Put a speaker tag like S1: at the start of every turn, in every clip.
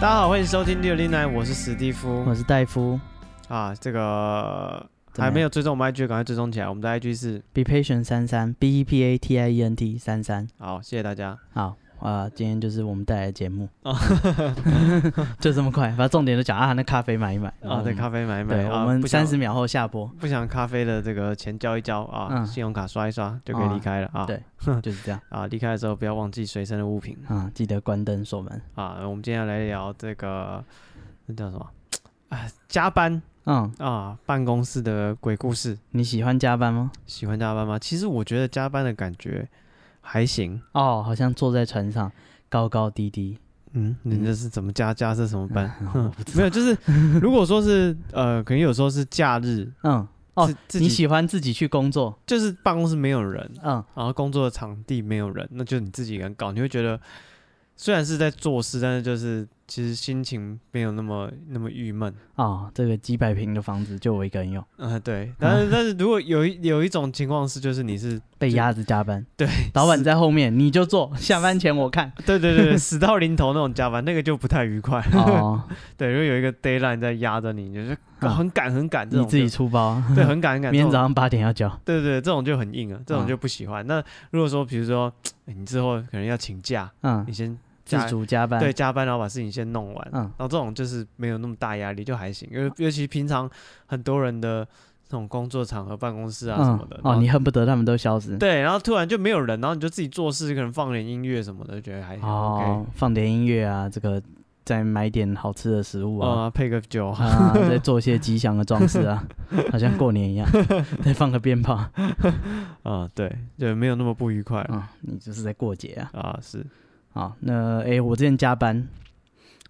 S1: 欢迎收听六零奶，我是史蒂夫
S2: 我是戴夫。
S1: 啊。这个
S2: 嗯怎么
S1: 还
S2: 样
S1: 没有追踪我们 IG，赶快追踪起来。我们的 IG 是
S2: Be patient 三三 B E P A T I E N T 三三。
S1: 好，谢谢大家。
S2: 好啊、今天就是我们带来的节目，就这么快，把重点都讲啊，那咖啡买一买 嗯
S1: 啊，对，咖啡买一买
S2: 对，
S1: 啊，
S2: 我们
S1: 不想
S2: 三十秒后下播，
S1: 不想咖啡的这个钱交一交啊，
S2: 嗯哦
S1: 信用卡刷一刷就可以离开了啊。
S2: 对就是这样
S1: 啊，离开的时候不要忘记随身的物品
S2: 啊、记得关灯锁门。
S1: 啊。我们今天要来聊这个那叫什么？哎，加班
S2: 嗯，
S1: 啊，办公室的鬼故事。
S2: 你喜欢加班吗？
S1: 喜欢加班吗？其实我觉得加班的感觉还行。
S2: 哦，好像坐在船上高高低低，
S1: 嗯，你
S2: 嗯
S1: 这是怎么加加是什么 班？ 没有，就是如果说是呃，可能有时候是假日，
S2: 嗯，哦
S1: 自自
S2: 你
S1: 己
S2: 喜欢自己去工作，
S1: 就是办公室没有人，
S2: 嗯，
S1: 然后工作的场地没有人，那就你自己一个人搞，你会觉得虽然是在做事，但是就是其实心情没有那么那么郁闷。
S2: 哦，这个几百平的房子就我一个人用，
S1: 嗯、对，但是但是如果有一有一种情况是，就是你 是
S2: 被压着加班，
S1: 对
S2: 老板
S1: 死
S2: 在后面你就做，下班前我看。
S1: 对对对对死到临头那种加班，那个就不太愉快。
S2: 哦，
S1: 对，如果有一个 d a y l i n e 在压着你，你就是
S2: 啊
S1: 很赶很赶，这
S2: 你
S1: 种
S2: 自己
S1: 就
S2: 出包啊，
S1: 对，很赶很赶。
S2: 明
S1: 这
S2: 天
S1: 种
S2: 早上八点要交。
S1: 对对，这种就很硬了，这种
S2: 啊
S1: 就不喜欢。那如果说，比如说哎你之后可能要请假，
S2: 嗯
S1: 你，先
S2: 自
S1: 加
S2: 主加班。
S1: 对，加班，然后把事情先弄完，
S2: 嗯
S1: 然后这种就是没有那么大压力，就还行。因为尤其平常很多人的那种工作场合、办公室啊什么的，
S2: 嗯、
S1: 然
S2: 哦，
S1: 后
S2: 你恨不得他们都消失。
S1: 对，然后突然就没有人，然后你就自己做事，可能放点音乐什么的，觉得还还 OK。
S2: 哦，放点音乐啊，这个再买点好吃的食物啊，
S1: 啊，配个酒，
S2: 啊，再做些吉祥的装饰啊，好像过年一样，再放个鞭 炮啊、
S1: 啊，对，就没有那么不愉快了
S2: 嗯你就是在过节啊。
S1: 啊，是
S2: 啊，那诶，我之前加班，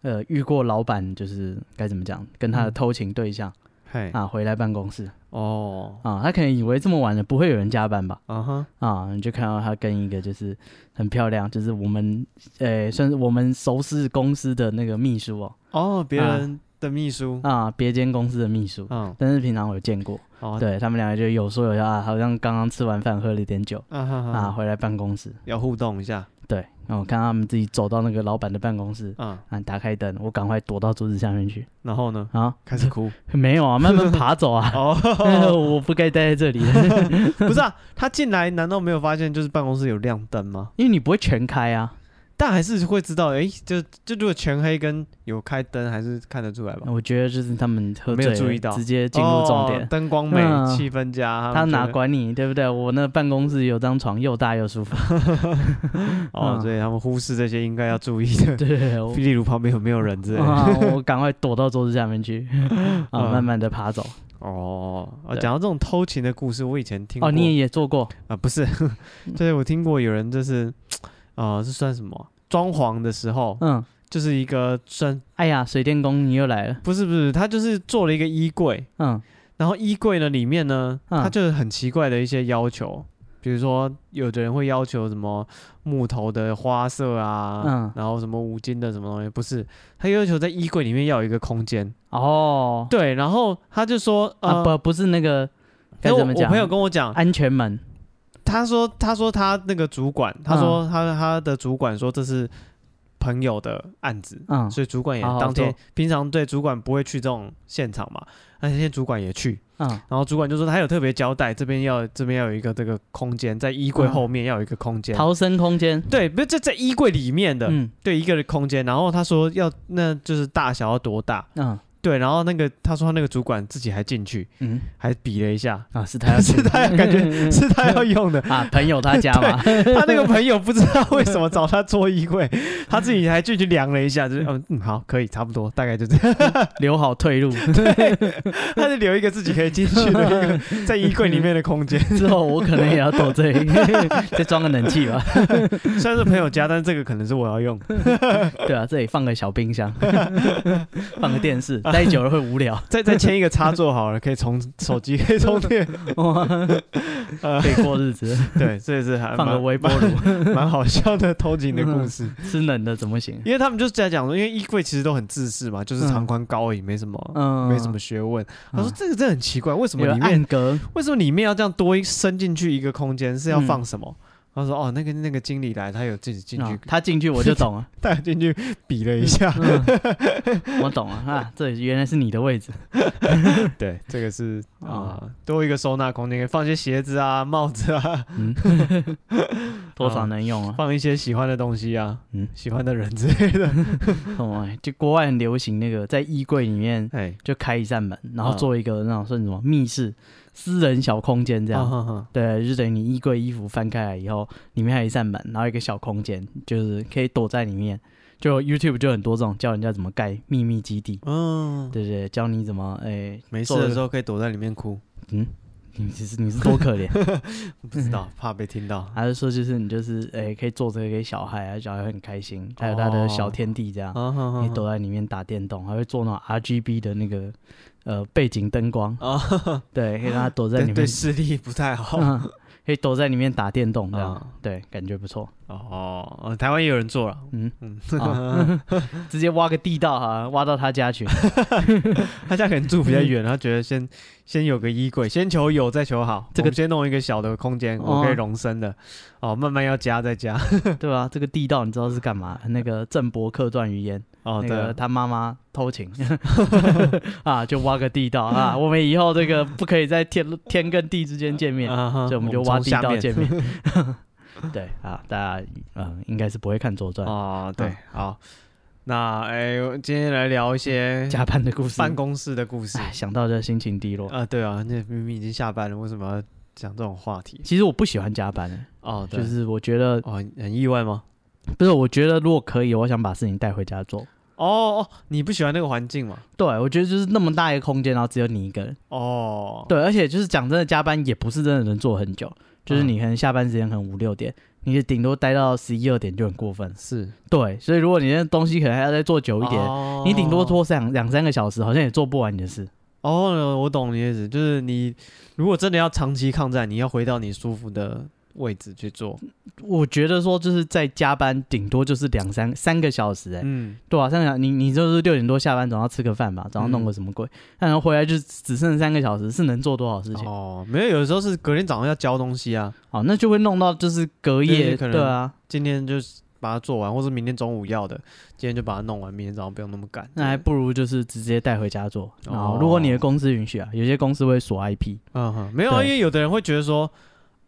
S2: 呃，遇过老板就是该怎么讲，跟
S1: 嗯
S2: 他的偷情对象、
S1: 嘿，
S2: 啊回来办公室
S1: 哦，
S2: 啊，他可能以为这么晚了不会有人加班吧。
S1: 啊哈，
S2: 啊，你就看到她跟一个就是很漂亮，就是我们呃、算是我们熟识公司的那个秘书哦，
S1: 哦，别
S2: 啊
S1: 人的秘书，
S2: 啊，别间公司的秘书，
S1: 嗯，
S2: 但是平常我有见过，
S1: 哦，
S2: 对他们两个就有说有笑啊，好像刚刚吃完饭喝了一点酒
S1: 啊哈哈，
S2: 啊，回来办公室，
S1: 要互动一下，
S2: 对，然后我看他们自己走到那个老板的办公室。
S1: 嗯，
S2: 啊！打开灯，我赶快躲到桌子下面去
S1: 然后呢，
S2: 啊！
S1: 开始哭。
S2: 没有啊，慢慢爬走 啊！
S1: 哦，
S2: 我不该待在这里，
S1: 不是啊，他进来难道没有发现就是办公室有亮灯吗？
S2: 因为你不会全开啊。
S1: 但还是会知道，诶，就就如果全黑跟有开灯，还是看得出来吧。
S2: 我觉得就是他们喝
S1: 没有
S2: 醉
S1: 注
S2: 了
S1: 意到
S2: 直接进入重点
S1: 哦。灯光美，
S2: 嗯
S1: 气氛佳。
S2: 他
S1: 们觉
S2: 哪
S1: 得
S2: 管你，对不对？我那办公室有张床，又大又 舒服。
S1: 哦，
S2: 嗯
S1: 所以他们忽视这些应该要注意 的。
S2: 对，我
S1: 例如旁边有没有人之类的。
S2: 啊，我赶快躲到桌子下 面去，啊，
S1: 嗯
S2: 慢慢的爬走。
S1: 哦，啊
S2: 对
S1: 讲到这种偷情的故事，我以前听过。
S2: 哦，你也也做过
S1: 啊，不 是，就是我听过有人就是，啊，是算什么啊？装潢的时候，
S2: 嗯。
S1: 就是一个算
S2: 哎呀，水电工你又来了，
S1: 不是不是，他就是做了一个衣柜，
S2: 嗯，
S1: 然后衣柜呢里面呢，
S2: 嗯
S1: 它就是很奇怪的一些要求，比如说有的人会要求什么木头的花色啊，
S2: 嗯
S1: 然后什么五金的什么东西，不是，他要求在衣柜里面要有一个空间，
S2: 哦，
S1: 对，然后他就说，
S2: 啊
S1: 呃，
S2: 不不是那个该
S1: 因为我
S2: 怎么
S1: 我
S2: 讲哎
S1: 朋？友跟我讲，
S2: 安全门
S1: 他说他说他那个主管，他说
S2: 嗯
S1: 他、他的主管说这是朋友的案子，
S2: 嗯
S1: 所以主管也
S2: 好好
S1: 当天
S2: 做
S1: 平常对主管不会去这种现场嘛，那天主管也去，
S2: 嗯
S1: 然后主管就说他有特别交代，这边要这边要有一个这个空间，在衣柜
S2: 嗯
S1: 后面要有一个空间。
S2: 逃生空间，
S1: 对，不是这在衣柜里面的，
S2: 嗯
S1: 对一个空间。然后他说要，那就是大小要多大？
S2: 嗯
S1: 对，然后那个他说他那个主管自己还进去，
S2: 嗯
S1: 还比了一 下，
S2: 啊是 他要
S1: 是他感觉
S2: 嗯
S1: 是他要用 的。
S2: 啊朋友他家 嘛，
S1: 他那个朋友不知道为什么找他做衣柜，他自己还进去量了一下，就是嗯嗯好，可以，差不多，大概就这样。
S2: 留好退路，
S1: 他就留一个自己可以进去的一个在衣柜里面的空 间。
S2: 之后我可能也要躲 这里，再装个冷气吧。
S1: 虽然是朋友家，但这个可能是我要用。
S2: 对啊，这里放个小冰箱， 放个电视，待久了会无聊。
S1: 再再签一个插座好了，可以充手机，可以充电。
S2: 哇
S1: 呃
S2: 可以过日子，
S1: 对，这也是还
S2: 放个
S1: 蛮
S2: 微波炉，
S1: 蛮蛮好笑的偷情的故事。
S2: 吃冷的怎么行？
S1: 因为他们就是在讲说，因为衣柜其实都很自私嘛，就是长宽高而 已，没什么。
S2: 嗯，
S1: 没什么学问，他说
S2: 嗯
S1: 这个真的很奇怪，为什么
S2: 有
S1: 里
S2: 暗
S1: 面
S2: 格？
S1: 嗯为什么里面要这样多一伸进去一个空间是要放什么？他说哦，那个那个经理来，他有自己进去
S2: 啊，他进去我就 懂了，
S1: 带进去比了一下。
S2: 嗯我懂了啊，这原来是你的位置，
S1: 对，这个是啊、
S2: 哦
S1: 多一个收纳空间，可以放些鞋子啊、帽子啊，
S2: 嗯，多少能用啊？
S1: 嗯放一些喜欢的东西啊，
S2: 嗯
S1: 喜欢的人之类的。
S2: 哦，哎就国外很流行那个在衣柜里面
S1: 哎，
S2: 就开一扇门，然后
S1: 嗯
S2: 做一个那种算什么密室、私人小空间这
S1: 这
S2: 样。
S1: 样，哼哼
S2: 对，就等于你衣柜衣服翻开来以后，里面还有一扇门，然后一个小空间，就是可以躲在里面。就 YouTube 就很多这种教人家怎么盖秘密基地，
S1: 嗯，
S2: 对对，教你怎么诶、
S1: 没事
S2: 做
S1: 的时候可以躲在里面哭，
S2: 嗯，你其实你是多 可怜，
S1: 不知
S2: 嗯
S1: 道怕被听到。
S2: 还是说就是你就是诶、可以做这个给小孩啊，小孩很开心，还有他的小天地这样，
S1: 啊哈
S2: 你躲在里面打电动，还会做那种 RGB 的那个呃背景灯光，
S1: 啊，
S2: 对，可以让他躲在里
S1: 对
S2: 面，
S1: 对， 视力不太好。
S2: 嗯可以躲在里面打电动这样，
S1: 啊
S2: 对，感觉不错，
S1: 哦，呃台湾也有人做了，
S2: 嗯。
S1: 嗯，
S2: 啊直接挖个地道哈，挖到他 家去。
S1: 他家可能住比
S2: 嗯
S1: 较远，他觉得先先有个衣柜，先求有再求好，这
S2: 这个
S1: 个先弄一个小的空间，
S2: 哦
S1: 我可以容身的，哦，慢慢要加再加，
S2: 对吧、这个地道你知道是干嘛？那个郑伯克段于鄢，
S1: 哦，
S2: 那
S1: 对
S2: 个
S1: 啊，
S2: 他妈妈偷 情 啊，就挖个地道啊。我们以后这个不可以在天天跟地之间见面，
S1: 啊哈
S2: 所以我们就挖
S1: 从
S2: 地
S1: 下
S2: 道
S1: 面
S2: 见 面。 对啊，大家嗯应该是不会看左传、
S1: 哦，对
S2: 嗯，
S1: 好，那哎，我今天来聊一些
S2: 加班的嗯故事。
S1: 办公室的故事
S2: 哎，想到就心情低落。
S1: 啊，对啊，那明明已经下班了，为什么要讲这种话题？
S2: 其实我不喜欢加班、欸
S1: 哦，对
S2: 就是我觉得
S1: 哦，很意外吗？
S2: 不是，我觉得如果可以，我想把事情带回家做。
S1: 哦哦，你不喜欢那个环境嘛？
S2: 对，我觉得就是那么大一个空间，然后只有你一个人。
S1: 哦，
S2: 对，而且就是讲真的，加班也不是真的能做很久，就是
S1: 嗯
S2: 你可能下班时间可能五六点，你顶多待到十一二点就很过分。
S1: 是
S2: 对，所以如果你那东西可能还要再做久一点，
S1: 哦
S2: 你顶多拖两两三个小时，好像也做不完你的事。
S1: 哦，我懂你的意思，就是你如果真的要长期抗战，你要回到你舒服的位置去做。
S2: 我觉得说就是在加班，顶多就是两三三个小时、欸，哎、
S1: 嗯，
S2: 对啊，三个小你你就是六点多下班，总要吃个饭吧，总要弄
S1: 嗯
S2: 个什么鬼，然后回来就只剩三个小时，是能做多少事情？哦，哦
S1: 哦，没有，有时候是隔天早上要交东西啊，
S2: 那就会弄到就是隔夜，
S1: 对可能
S2: 对啊，
S1: 今天就是把它做完，或是明天中午要的，今天就把它弄完，明天早上不用那么赶。
S2: 那还不如就是直接带回家做。
S1: 哦
S2: 然后，如果你的公司允许啊，有些公司会锁 IP。
S1: 嗯哼，没有啊，
S2: 对
S1: 因为有的人会觉得说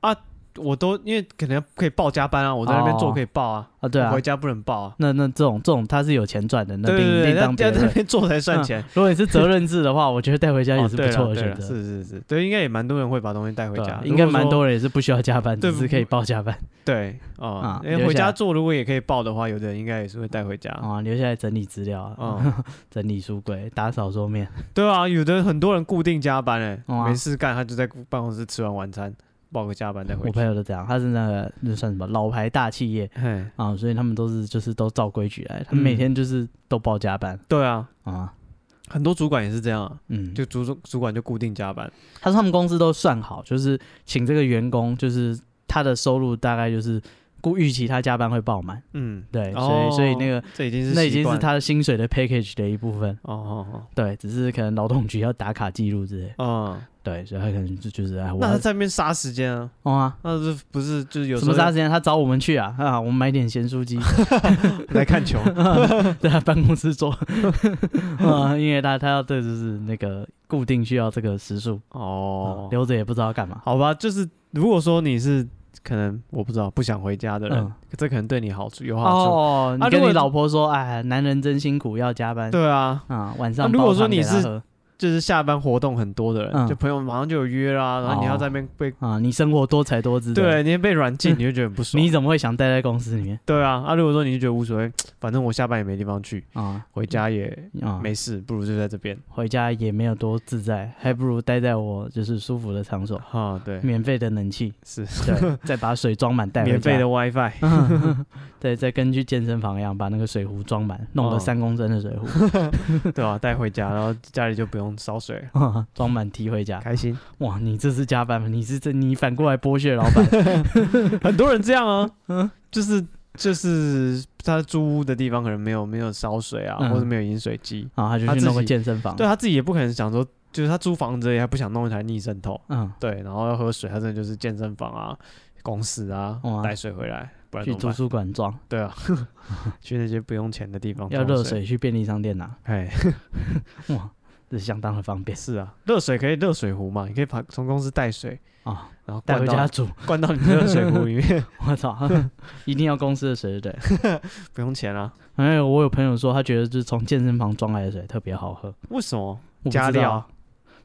S1: 啊，我都因为可能可以报加班啊，我在那边做
S2: 哦
S1: 可以报啊，
S2: 啊对啊
S1: 我回家不能报啊。
S2: 那那这种这种他是有钱赚的，那
S1: 对
S2: 另
S1: 对对，
S2: 另
S1: 要
S2: 当别
S1: 要在那
S2: 论。
S1: 边做才算 钱，
S2: 如果你是责任制的话，我觉得带回家也
S1: 哦
S2: 是
S1: 对
S2: 不
S1: 啦
S2: 错的
S1: 对
S2: 选
S1: 啦
S2: 择。
S1: 是是是，对，应该也蛮多人会把东西带回
S2: 对
S1: 家
S2: 啊，，
S1: 如
S2: 应该
S1: 果
S2: 蛮
S1: 说
S2: 多人也是不需要加班，
S1: 对
S2: 只是可以报加班
S1: 对哦
S2: 啊，
S1: 因为
S2: 留
S1: 回
S2: 下
S1: 家
S2: 来
S1: 做如果也可以报的话，有的人应该也是会带回家。
S2: 啊，留下来整理资料啊
S1: 嗯，
S2: 整理书柜，打扫桌面。
S1: 对啊，有的很多人固定加班哎、
S2: 哦啊
S1: 没事干，他就在办公室吃完晚餐，报个加班再回
S2: 我
S1: 去
S2: 朋。友都这样，他是那个那算什么老牌大企业
S1: 嘿，
S2: 啊，所以他们都是就是都照规矩来，他们每
S1: 嗯
S2: 天就是都报加班
S1: 对啊，
S2: 啊，
S1: 很多主管也是这样、啊，
S2: 嗯，
S1: 就主主管就固定加班。
S2: 他说他们公司都算好，就是请这个员工，就是他的收入大概就是估预期他加班会爆满，
S1: 嗯，
S2: 对，
S1: 哦
S2: 哎所以所以那个
S1: 这已经是
S2: 那已
S1: 习
S2: 经是
S1: 惯
S2: 他的薪水的 package 的一部分，
S1: 哦哦
S2: 对，只是可能劳动局要打卡记录之类，
S1: 哦，嗯，
S2: 对，所以他可能就就是哎，我
S1: 那他
S2: 要
S1: 在那边杀时间啊，
S2: 哦啊。
S1: 那是不是就是有
S2: 什
S1: 时
S2: 么
S1: 候
S2: 啥时间他找我们去啊？啊，我们 买点咸酥鸡，
S1: 来看球？
S2: 在他办公室做 啊，因为他他要对就是那个固定需要这个时数，
S1: 哦
S2: 哦，，留着也不知道干嘛。
S1: 好吧，就是如果说你是可能我不知道不想回家的人，
S2: 嗯
S1: 这可能对你好处有好处。
S2: 哦，
S1: 啊
S2: 你跟
S1: 如果
S2: 你老婆说，哎，男人真辛苦，要加班。
S1: 对啊，
S2: 啊，晚上
S1: 那如果
S2: 煲汤
S1: 说你
S2: 给他
S1: 是
S2: 喝
S1: 就是下班活动很多的人，
S2: 嗯
S1: 就朋友马上就有约啦，然后你要在那边被，
S2: 啊，你生活多才多姿的，嗯
S1: 对，你被软禁，你就觉得很不爽。
S2: 你怎么会想待在公司里面
S1: 对啊，啊，如果说你就觉得无所谓，反正我下班也没地方去，
S2: 啊
S1: 回家也
S2: 啊？
S1: 没事，不如就在这边。
S2: 回家也没有多自在，还不如待在我就是舒服的场所，
S1: 哈，对，
S2: 哦免费的冷 气，
S1: 是
S2: 对，再把水装满带回家，
S1: 免费的 WiFi，
S2: 对，再跟去健身房一样，把那个水壶装满，弄个
S1: 哦
S2: 三公升的水 壶，
S1: 对啊，带回家，然后家里就不用烧水了，
S2: 装满提回家。
S1: 开心。
S2: 哇，你这是加班吗？你是这你反过来剥削老 板
S1: 很多人这样 啊，
S2: 嗯
S1: 就是就是他租屋的地方可能没有没有烧水啊，
S2: 嗯哦
S1: 或者没有饮水机，
S2: 啊？他就
S1: 他
S2: 去
S1: 自
S2: 弄个
S1: 己
S2: 健身房，
S1: 对，啊他自己也不可能想说，就是他租房子也还不想弄一台逆渗透，
S2: 嗯
S1: 对，然后要喝水，他真的就是健身房啊，公司啊
S2: 哇，
S1: 带水回来，不然
S2: 去
S1: 怎么
S2: 图
S1: 办？
S2: 书馆装，
S1: 对 啊，去那些不用钱的地方
S2: 要
S1: 装
S2: 热，水去便利商店拿，
S1: 哎，
S2: 哇，这相当的方便
S1: 是啊，热水可以热水壶嘛，你可以把从公司带水，
S2: 啊，
S1: 然后
S2: 带
S1: 灌
S2: 回
S1: 到
S2: 家煮，
S1: 灌到你的热水壶里面，
S2: 我操，一定要公司的水对不对？
S1: 不用钱啊？
S2: 还有我有朋友说，他觉得就是从健身房装来的水特别好喝，
S1: 为什么？
S2: 我不知道
S1: 加料。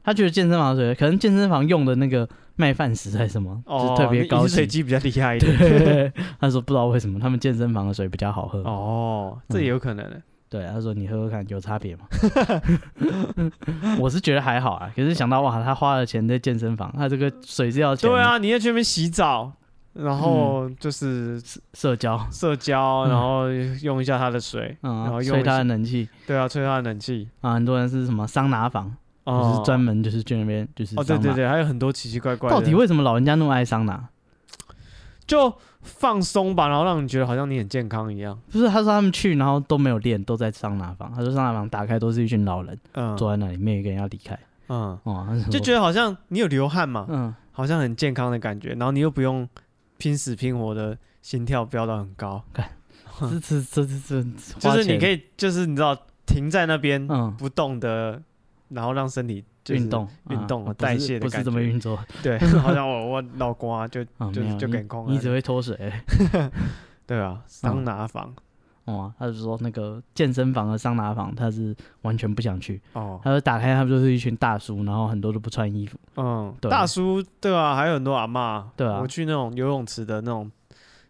S2: 他觉得健身房的水，可能健身房用的那个麦饭石还是什么，
S1: 哦，
S2: 就是特别
S1: 你
S2: 高
S1: 饮水
S2: 级。
S1: 机比较厉害一点。
S2: 对，他说不知道为什么他们健身房的水比较好喝。
S1: 哦，
S2: 嗯
S1: 这也有可能。
S2: 对，他说你喝喝看有差别吗？ 我是觉得还好啊，可是想到哇，他花了钱在健身房，他这个水是要钱，
S1: 对，啊，你要去那边洗澡，然后就是
S2: 社交，
S1: 社交，
S2: 嗯
S1: 然后用一下他的水，然
S2: 嗯，
S1: 后
S2: 吹
S1: 用一
S2: 他的
S1: 下
S2: 冷气
S1: 对啊，吹他的冷气。
S2: 啊，很多人是什么桑拿房，
S1: 哦
S2: 就是专门就是去那边就是
S1: 哦，对
S2: 桑
S1: 对
S2: 拿
S1: 对，还有很多奇奇怪怪的。
S2: 到底为什么老人家那么爱桑拿？
S1: 就放松吧，然后让你觉得好像你很健康一样。
S2: 不是，他说他们去，然后都没有练，都在桑拿房。他说桑拿房打开都是一群老人
S1: 嗯
S2: 坐在那里，没有一个人要离开。
S1: 嗯，
S2: 哦，
S1: 就觉
S2: 得
S1: 得好像你有流汗嘛，
S2: 嗯，
S1: 好像很健康的感觉，然后你又不用拼死拼活的心跳飙到很高，
S2: 这这这这这，
S1: 就是你可
S2: 以
S1: 以就是你知道停在那边
S2: 嗯
S1: 不动的，然后让身体就是
S2: 运动
S1: 运动
S2: 啊
S1: 代谢的
S2: 不是不
S1: 感
S2: 是这么
S1: 觉
S2: 运作
S1: 对，好像我我脑瓜就
S2: 啊，
S1: 就
S2: 没有
S1: 就
S2: 你
S1: 给空了
S2: 你只会脱水。
S1: 对啊，桑拿房
S2: 哦，他就说那个健身房和桑拿房，他是完全不想去。
S1: 哦，
S2: 他说打开他们就是一群大叔，然后很多都不穿衣服。
S1: 嗯，
S2: 对
S1: 大叔对啊，还有很多阿嬷，
S2: 对啊
S1: 我去那种游泳池的那种，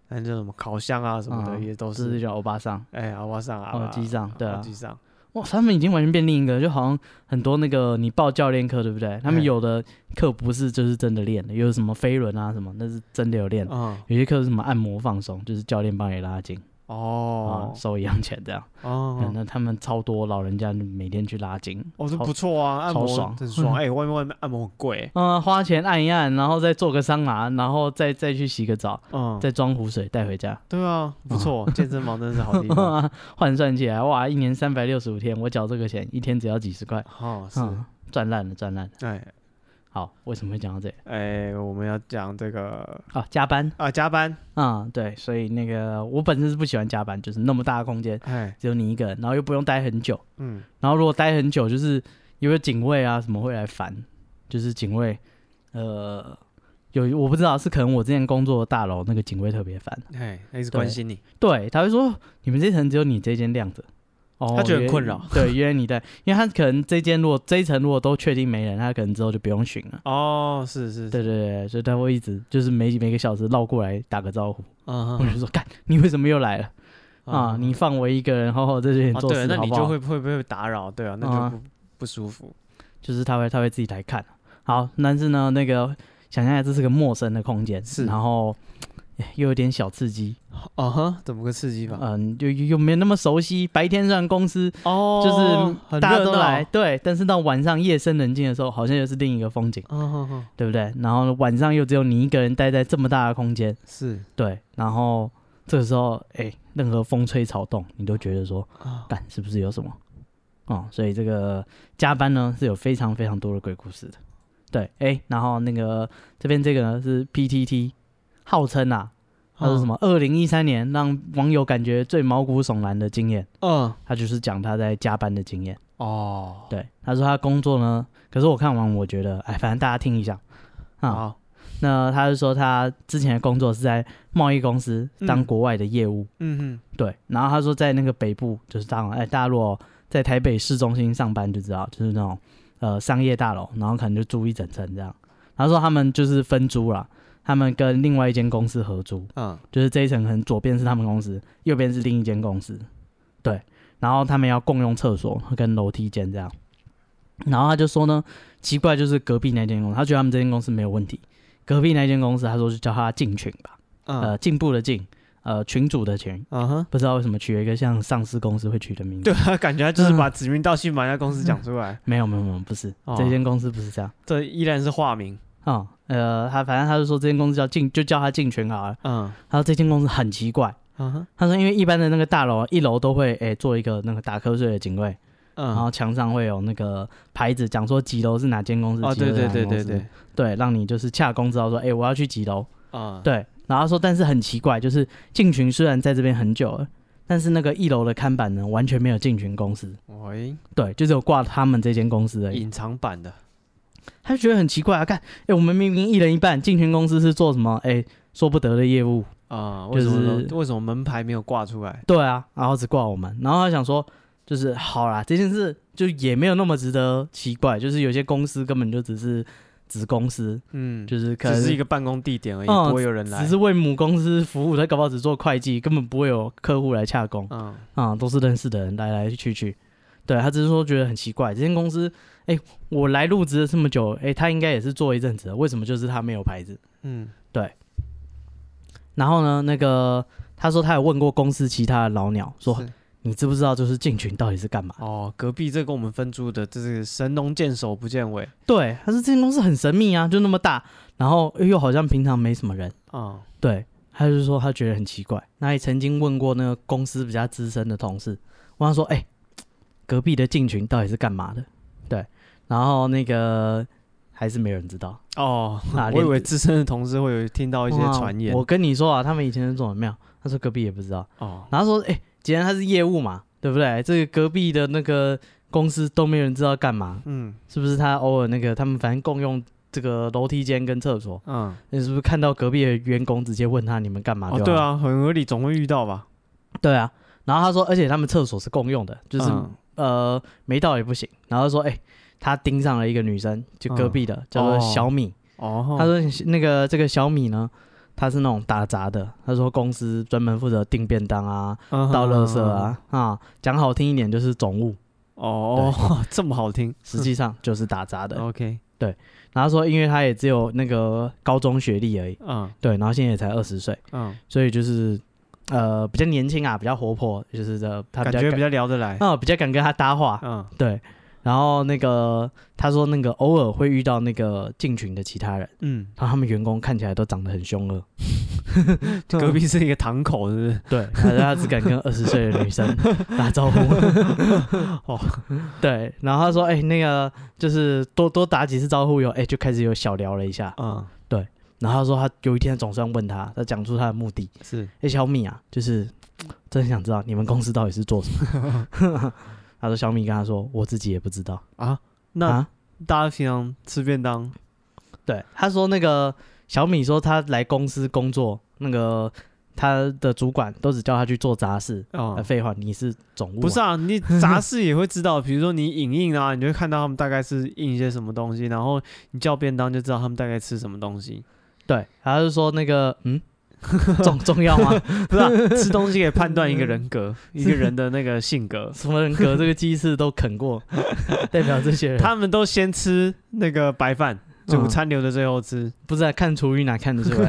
S1: 那叫什么烤箱啊什么的，
S2: 嗯
S1: 也都
S2: 这是
S1: 是
S2: 叫欧巴桑。
S1: 哎阿巴上
S2: 哦
S1: 啊，
S2: 机上对啊
S1: 机上，
S2: 哇，他们已经完全变另一个，就好像很多那个你报教练课，对不对？他们
S1: 嗯
S2: 有的课不是就是真的练的，有什么飞轮啊什么，那是真的有练的。
S1: 嗯
S2: 有些课是什么按摩放松，就是教练帮你拉筋，啊，
S1: 哦
S2: 收一样钱这样。
S1: 哦，
S2: 那他们超多老人家就每天去拉筋，
S1: 哦，这
S2: 超
S1: 不错啊，按摩
S2: 超爽
S1: 很爽。哎、外面外面按摩很贵、
S2: 嗯，花钱按一按，然后再做个桑拿，然后再再去洗个澡，
S1: 嗯，
S2: 再装壶水带回家。
S1: 对啊，不 错，健身房真是好地方。
S2: 换算起来，哇，一年三百六十五天，我缴这个钱，一天只要几十块，
S1: 哦，是，
S2: 嗯，赚烂了，赚烂了。
S1: 哎
S2: 好，为什么会讲到这里
S1: 哎，我们要讲这个
S2: 啊？加班
S1: 啊，加班，
S2: 啊、对，所以那个我本身是不喜欢加班，就是那么大的空间，
S1: 哎，
S2: 只有你一个人，然后又不用待很久，
S1: 嗯，
S2: 然后如果待很久，就是因为警卫啊什么会来烦，就是警卫，呃，有我不知道是可能我之前工作的大楼那个警卫特别烦，
S1: 哎，他一直
S2: 对
S1: 关心你，
S2: 对，他会说你们这层只有你这间亮着。哦
S1: 他觉得很
S2: 原
S1: 困扰
S2: 对，因为你在，因为他可能这间如果这一层如果都确定没人，他可能之后就不用巡了。
S1: 哦，是是，是，
S2: 对对对，所以他会一直就是每每个小时绕过来打个招呼，
S1: 嗯
S2: 我就说干，你为什么又来了
S1: 嗯
S2: 啊？你放我一个人好好在这里
S1: 哦，
S2: 做
S1: 对，
S2: 事
S1: 那
S2: 好
S1: 你
S2: 不好？
S1: 就会会不会被打扰？对啊，那
S2: 啊
S1: 就不不舒服。
S2: 就是他会他会自己来看。好，但是呢，那个想象一下这是个陌生的空间，
S1: 是
S2: 然后哎又有点小刺激，
S1: 哦哈，怎么个刺激法？
S2: 嗯，就又又没有那么熟悉。白天虽然公司
S1: 哦，
S2: 就是
S1: 很
S2: 大家
S1: 热
S2: 都
S1: 闹
S2: 来，，对，但是到晚上夜深人静的时候，好像又是另一个风景，
S1: 嗯哼哼，
S2: 对不对？然后晚上又只有你一个人待在这么大的空间，
S1: 是
S2: 对，然后这个时候，哎，任何风吹草动，你都觉得说，
S1: 啊，
S2: 干是不是有什么？哦、所以这个加班呢是有非常非常多的鬼故事的。对，哎、然后那个这边这个呢是 PTT，号称
S1: 嗯
S2: 啊，他说什
S1: 么？
S2: 么二零一三年让网友感觉最毛骨悚然的经验，
S1: 嗯，
S2: 他就是讲他在加班的经验。
S1: 哦，
S2: 对，他说他工作呢，可是我看完我觉得，哎，反正大家听一下啊。
S1: 好，
S2: 那他就说他之前的工作是在贸易公司当
S1: 嗯
S2: 国外的业务，
S1: 嗯
S2: 对，然后他说在那个北部，就是当哎，大家如果在台北市中心上班就知道，就是那种呃商业大楼，然后可能就租一整层这样。他说他们就是分租啦，他们跟另外一间公司合租，
S1: 哼，嗯，
S2: 就是这一层可能左边是他们公司，右边是另一间公司，对，然后他们要共用厕所跟楼梯间这样。然后他就说呢，奇怪，就是隔壁那间公司，他觉得他们这间公司没有问题，隔壁那间公司他说就叫他进群吧，
S1: 嗯，
S2: 呃，进步的进，呃，群主的群，
S1: 嗯哼。
S2: 不知道为什么取了一个像上市公司会取的名字。
S1: 对，啊，感觉他就是把指名道姓把人家公司讲出来，
S2: 没有没有没有，不是、
S1: 哦
S2: 这间公司不是这样
S1: 嗯这依然是化名。
S2: 啊、呃，他反正他就说这间公司叫进，就叫他进群好了。
S1: 嗯
S2: 他说这间公司很奇怪，
S1: 嗯哼
S2: 他说因为一般的那个大楼一楼都会诶、做一个那个打瞌睡的警卫，然
S1: 嗯，
S2: 后墙上会有那个牌子讲说几楼是哪间公司，
S1: 哦，
S2: 几楼
S1: 对对
S2: 是哪间
S1: 对
S2: 公
S1: 对
S2: 司
S1: 对，
S2: 对，让你就是洽公知道说诶、我要去几楼。
S1: 啊，
S2: 对，然后他说，但是很奇怪，就是进群虽然在这边很久了，但是那个一楼的看板呢，完全没有进群公司，
S1: 喂，
S2: 对，就只有挂他们这间公司而已。
S1: 隐藏版的，
S2: 他就觉得很奇怪啊，看，哎、我们明明一人一半，进群公司是做什么？哎、说不得的业务，
S1: 啊、
S2: 就
S1: 为什么
S2: 是
S1: 都为什么门牌没有挂出来？
S2: 对啊，然后只挂我们，然后他想说，就是好啦，这件事就也没有那么值得奇怪，就是有些公司根本就只是子公司，
S1: 嗯，
S2: 就是可能
S1: 只是哦一个办公地点而已，
S2: 嗯
S1: 不会有人来
S2: 只。是为母公司服务，他搞不好只做会计，根本不会有客户来洽工
S1: 嗯，
S2: 啊、都是认识的人来来去去。对他只是说觉得很奇怪，这间公司，哎、我来入职了这么久，哎、他应该也是做一阵子了，为什么就是他没有牌子？
S1: 嗯，
S2: 然后呢，那个他说他有问过公司其他的老鸟，说
S1: 是
S2: 你知不知道就是进群到底是干嘛？
S1: 哦，隔壁这跟我们分租的，这是神农见首不见尾
S2: 对，他说这间公司很神秘啊，就那么大，然后又好像平常没什么人。
S1: 啊、
S2: 对，他就说他觉得很奇怪。那也曾经问过那个公司比较资深的同事，问他说：“哎、隔壁的进群到底是干嘛的？”对，然后那个还是没有人知道。
S1: 哦，
S2: 啊
S1: 我以
S2: 连
S1: 为资深的同事会有听到一些
S2: 哇
S1: 传言
S2: 我跟你说啊，他们以前是做什么样？他说隔壁也不知道。
S1: 哦，
S2: 然后说：“哎、既然他是业务嘛，对不对？这个隔壁的那个公司都没有人知道干嘛，
S1: 嗯
S2: 是不是？他偶尔那个他们反正共用。”这个楼梯间跟厕所，
S1: 嗯，
S2: 你是不是看到隔壁的员工直接问他你们干嘛就
S1: 哦
S2: 好？
S1: 对啊，很合理，总会遇到吧？
S2: 对啊，然后他说，而且他们厕所是共用的，就是、
S1: 嗯
S2: 呃没到也不行。然后说，哎、他盯上了一个女生，就隔壁的、叫做小米。
S1: 嗯哦，
S2: 他说那个这个小米呢，他是那种打杂的，他说公司专门负责订便当啊、
S1: 嗯
S2: 倒垃圾，啊啊，讲好听一点就是总务，
S1: 哦哦，这么好听
S2: 实 际上就是打杂的。
S1: ，OK，
S2: 然后说，因为他也只有那个高中学历而已，
S1: 嗯
S2: 对，然后现在也才二十岁，
S1: 嗯，
S2: 所以就是。呃，比较年轻啊，比较活泼，就是这他
S1: 感
S2: 比较啊
S1: 觉
S2: 敢
S1: 比较聊得来，
S2: 啊、比较敢跟他搭话，
S1: 嗯
S2: 对。然后那个他说那个偶尔会遇到那个进群的其他人，
S1: 嗯，
S2: 然后他们员工看起来都长得很凶恶，嗯
S1: 隔壁是一个堂口，是不是？
S2: 对，可 是他只敢跟二十岁的女生 打招呼， 哦，对。然后他说，哎、那个就是多多打几次招呼以后，哎、就开始有小聊了一下。
S1: 嗯，
S2: 然后他说他有一天总算问他，他讲出他的目的，
S1: 是
S2: 哎、小米啊，就是真的想知道你们公司到底是做什么。 他说小米跟他说，我自己也不知道
S1: 啊，那
S2: 啊。
S1: 大家平常吃便当，
S2: 对，他说那个小米说他来公司工作，那个他的主管都只叫他去做杂事。
S1: 哦
S2: 呃，废话，你是总务、
S1: 不是
S2: 啊？
S1: 啊，你杂事也会知道，比如说你影印啊，你 就会看到他们大概是印一些什么东西，然后你叫便当就知道他们大概吃什么东西。
S2: 对，他就说那个嗯， 重重要吗？
S1: 不是、 啊、吃东西可以判断一个人格，一个人的那个性格。
S2: 什么人格这个鸡翅都啃过， 代表这些人。
S1: 他们都先吃那个白饭，午
S2: 嗯
S1: 餐留着最后吃。
S2: 不是、啊、看厨余哪看得出来？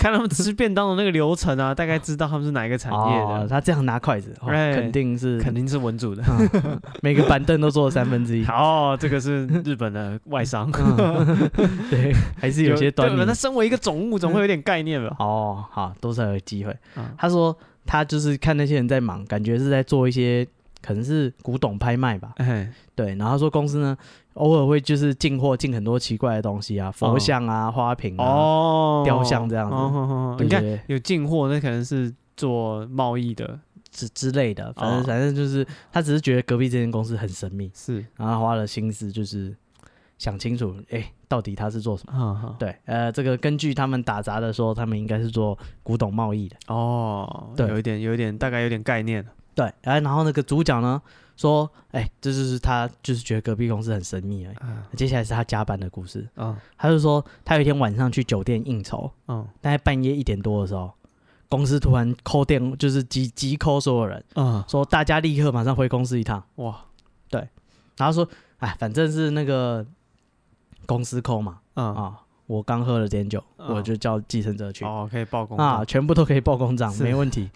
S1: 看他们吃便当的那个流程啊，大概知道他们是哪一个产业
S2: 哦
S1: 的，
S2: 他这样拿筷子，哦、
S1: 哎
S2: 肯定是
S1: 肯定是文组的。
S2: 嗯每个板凳都做了三分之一。
S1: 哦，这个是日本的外 商，
S2: 嗯 对，还是有些端
S1: 对吧
S2: 倪
S1: 那。身为一个总务，总会有点概念吧？
S2: 哦，好，都是很有机会。
S1: 啊，
S2: 他说他就是看那些人在忙，感觉是在做一些可能是古董拍卖吧，
S1: 哎，
S2: 对。然后他说公司呢，偶尔会就是进货进很多奇怪的东西啊，佛像啊、花瓶啊，
S1: 哦，
S2: 雕像这样子
S1: 哦哦哦哦
S2: 对
S1: 你
S2: 对
S1: 看
S2: 对
S1: 有进货，那可能是做贸易的，
S2: 之之类的，反正、
S1: 哦
S2: 反正就是他只是觉得隔壁这间公司很神秘，
S1: 是
S2: 然后他花了心思就是想清楚，哎、到底他是做什么。
S1: 啊，
S2: 对，呃，这个根据他们打杂的说，他们应该是做古董贸易的。
S1: 哦，
S2: 对
S1: 有一点，有一点，大概有点概念了
S2: 对，哎，然后那个主角呢说，哎、这就是他就是觉得隔壁公司很神秘而已。
S1: 啊，
S2: 接下来是他加班的故事。
S1: 啊，
S2: 他就说，他有一天晚上去酒店应酬，
S1: 嗯，
S2: 大概半夜一点多的时候，公司突然扣电，就是急急扣所有人，
S1: 啊，
S2: 说大家立刻马上回公司一趟。
S1: 哇，
S2: 然后说，哎，反正是那个公司扣嘛，
S1: 啊，
S2: 啊，我刚喝了点酒，
S1: 嗯
S2: 我就叫计程车去，
S1: 哦，可以报工
S2: 啊，
S1: 啊，
S2: 全部都可以报公账，
S1: 是
S2: 没问 题。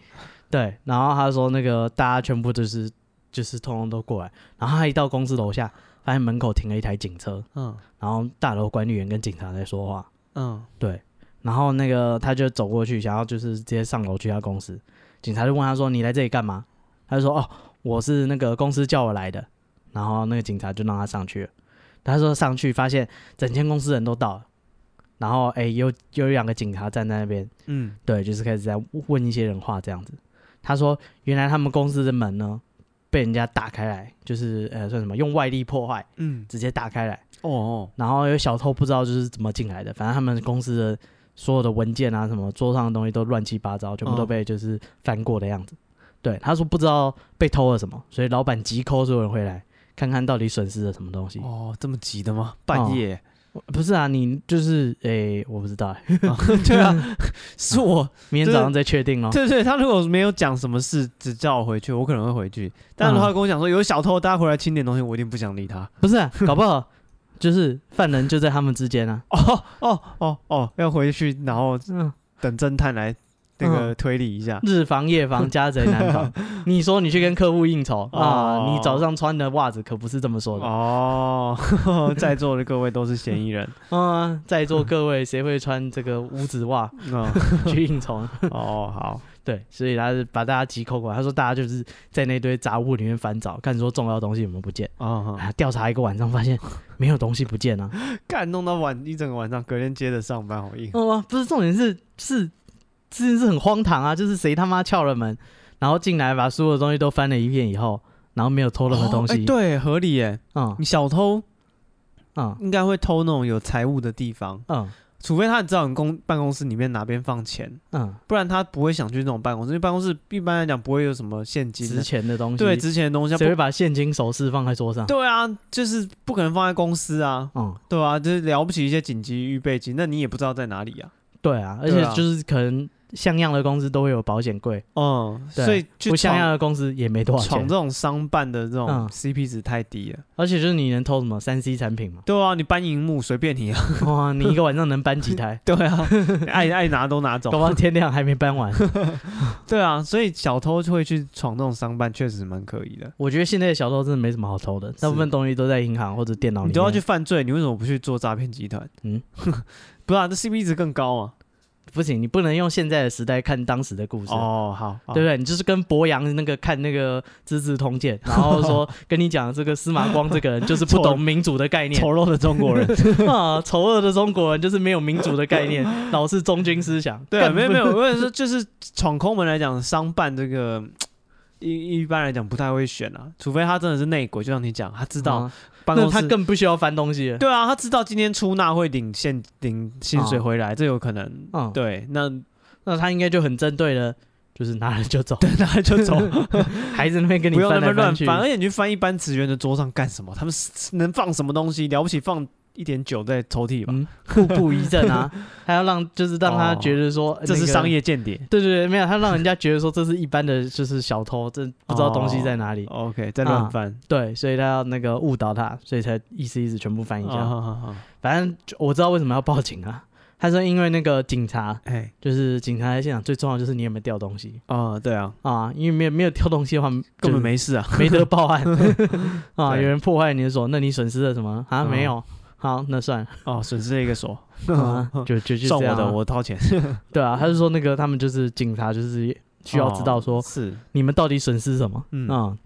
S2: 对，然后他说那个大家全部就是就是通通都过来，然后他一到公司楼下，发现门口停了一台警车，
S1: 嗯
S2: 然后大楼管理员跟警察在说话。
S1: 嗯，
S2: 对，然后那个他就走过去，想要就是直接上楼去他公司。警察就问他说：“你来这里干嘛？”他就说：“哦，我是那个公司叫我来的。”然后那个警察就让他上去了。他说上去发现整间公司人都到了，然后哎、有有两个警察站在那边，
S1: 嗯，
S2: 对，就是开始在问一些人话这样子。他说，原来他们公司的门呢被人家打开来，就是呃算什么用外力破坏，
S1: 嗯，
S2: 直接打开来，
S1: 哦哦，
S2: 然后有小偷不知道就是怎么进来的，反正他们公司的所有的文件啊什么桌上的东西都乱七八糟，全部都
S1: 嗯
S2: 被就是翻过的样子。对，他说不知道被偷了什么，所以老板急抠所有人回来。看看到底损失了什么东西？
S1: 哦，这么急的吗？半夜？
S2: 不是啊，你就是诶、我不知道、欸，
S1: 啊对啊，是我，
S2: 明天早上再确定哦咯。
S1: 对对，他如果没有讲什么事，只叫我回去，我可能会回去。但如果他跟我讲说有小偷，大家回来清点东西，我一定不想理他。
S2: 不是啊、搞不好就是犯人就在他们之间啊。
S1: 哦哦哦哦，要回去，然后
S2: 嗯，
S1: 等侦探来那个推理一 下。
S2: 日防夜防，家贼难 防。你说你去跟客户应酬啊，
S1: 哦
S2: 你早上穿的袜子可不是这么说的。
S1: 哦，在座的各位都是嫌疑 人。
S2: 嗯，在座各位，谁会穿这个五指 袜
S1: 哦
S2: 去应酬？
S1: 哦，好，
S2: 对，所以他是把大家急扣过来。他说大家就是在那堆杂物里面翻找，看说重要的东西有没有不见。
S1: 哦，
S2: 啊，调查一个晚上，发现没有东西不见啊。
S1: 干弄到晚一整个晚上，隔天接着上班，好硬。
S2: 哦、不是重点是是这件事很荒唐啊！就是谁他妈撬了门，然后进来把所有的东西都翻了一遍以后，然后没有偷任何东西。
S1: 哦哎对，合理耶。
S2: 嗯
S1: 你小偷
S2: 嗯
S1: 应该会偷那种有财物的地方，
S2: 嗯
S1: 除非他知道你公办公室里面哪边放钱，
S2: 嗯，
S1: 不然他不会想去那种办公室，因为办公室一般来讲不会有什么现金
S2: 值
S1: 的，
S2: 钱的东西，
S1: 对，值钱的东西
S2: 谁会
S1: 不。
S2: 把现金、首饰放在桌上？
S1: 对啊，就是不可能放在公司啊，
S2: 嗯，
S1: 对啊，就是了不起一些紧急预备金，那你也不知道在哪里啊。
S2: 对啊，而
S1: 对
S2: 且
S1: 啊
S2: 就是可能像样的公司都会有保险柜，
S1: 嗯，
S2: 对
S1: 所以去
S2: 不像样
S1: 闯
S2: 的公司也没多少
S1: 闯
S2: 钱
S1: 这。种商办的这种
S2: 嗯
S1: CP 值太低了。？
S2: 而且就是你能偷什么三 C 产品嘛
S1: 对啊，你搬荧幕随便你啊。？
S2: 哇，你一个晚上能搬几台
S1: 对啊，爱爱拿都拿走
S2: 搞。不好天亮还没搬完。
S1: 对啊，所以小偷就会去闯这种商办，确实蛮可疑的。
S2: 我觉得现在的小偷真的没什么好偷的，大部分东西都在银行或者电脑里
S1: 你
S2: 面。
S1: 都要去犯罪，你为什么不去做诈骗集团？
S2: 啊嗯，
S1: 不是啊，这 CP 值更高嘛。
S2: 不行，你不能用现在的时代看当时的故事，啊
S1: 哦，好，好
S2: 对不对？你就是跟博洋那个看那个《资治通鉴》，然 后说跟你讲这个司马光这个人就是不
S1: 丑
S2: 懂民主的概念
S1: 丑陋的中 国人。
S2: 啊，丑恶的中国人就是没有民主的 概念，老是忠君思想。
S1: 对啊，
S2: 干
S1: 没有没有，，我跟你说，就是闯空门来讲，商办这个一一般来讲不太会选啊，除非他真的是内鬼，就像你讲，他知道
S2: 啊
S1: 办
S2: 那
S1: 公
S2: 他
S1: 室。
S2: 更不需要翻东西了。
S1: 对啊，他知道今天出纳会领现领薪水回来，这有可能。
S2: 嗯，
S1: 对，那
S2: 那他应该就很针对了，就是拿了 就走，
S1: 那就走，
S2: 还在那边跟你
S1: 不用那
S2: 翻
S1: 么
S2: 来
S1: 乱
S2: 去。
S1: 翻。而且你去翻一般职员的桌上干什么？他们是能放什么东西？了不起放一点酒在抽屉吧？
S2: 嗯，步步一震 啊，他要让就是让他
S1: 哦
S2: 觉得说、
S1: 这是
S2: 那个嗯
S1: 商业间谍。
S2: 对对对，没有，他让人家觉得说这是一般的，就是小偷，这不知道东西在哪里。
S1: OK，在
S2: 啊
S1: 乱翻。
S2: 对，所以他要那个误导他，所以才意思意思全部翻译一下。
S1: 啊好好好，
S2: 反正就我知道为什么要报警啊。 他说因为那个警察，
S1: 哎，
S2: 就是警察在现场，最重要就是你有没有掉东西
S1: 哦，对啊，
S2: 啊，因为没有没有掉东西的话，
S1: 根本
S2: 没
S1: 没事啊。
S2: 没得 报案啊。
S1: 对
S2: 有人破坏你的锁，那你损失了什么啊？
S1: 嗯
S2: 没有。好，那算 了，
S1: 哦，损失了一个 手。哦
S2: 啊、就就就
S1: 送嗯我
S2: 这样啊、
S1: 的，我掏钱。
S2: 对啊，他就说那个他们就是警察，就是 需要知道说
S1: 哦是，
S2: 你们到底损失什么？
S1: 嗯
S2: 嗯，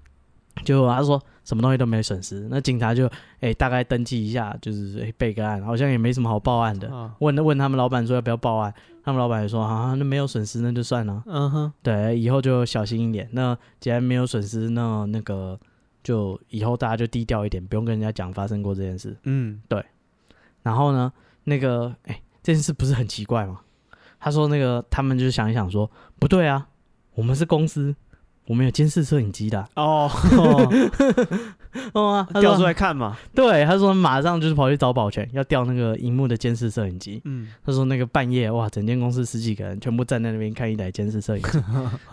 S2: 结果他说什么东西都没损失，那警察就哎、大概登记一下，就是哎、备个案，好像也没什么好报案的。
S1: 啊
S2: 问问他们老板说要不要报案，他们老板也说啊，那没有损失那就算了，
S1: 嗯哼，
S2: 对，以后就小心一点。那既然没有损失，那那个就以后大家就低调一点，不用跟人家讲发生过这件事。
S1: 嗯，
S2: 然后呢，那个哎、这件事不是很奇怪吗？他说那个他们就想一想说，不对啊，我们是公司，我们有监视摄 影机的啊、
S1: 哦，
S2: 哦啊， 他
S1: 调出
S2: 说
S1: 来看嘛，
S2: 对，他说马上就是跑去找保全，要调那个荧幕的监视摄影机。
S1: 嗯，
S2: 他说那个半夜哇，整间公司十几个人全部站在那边看一台监视摄影 机。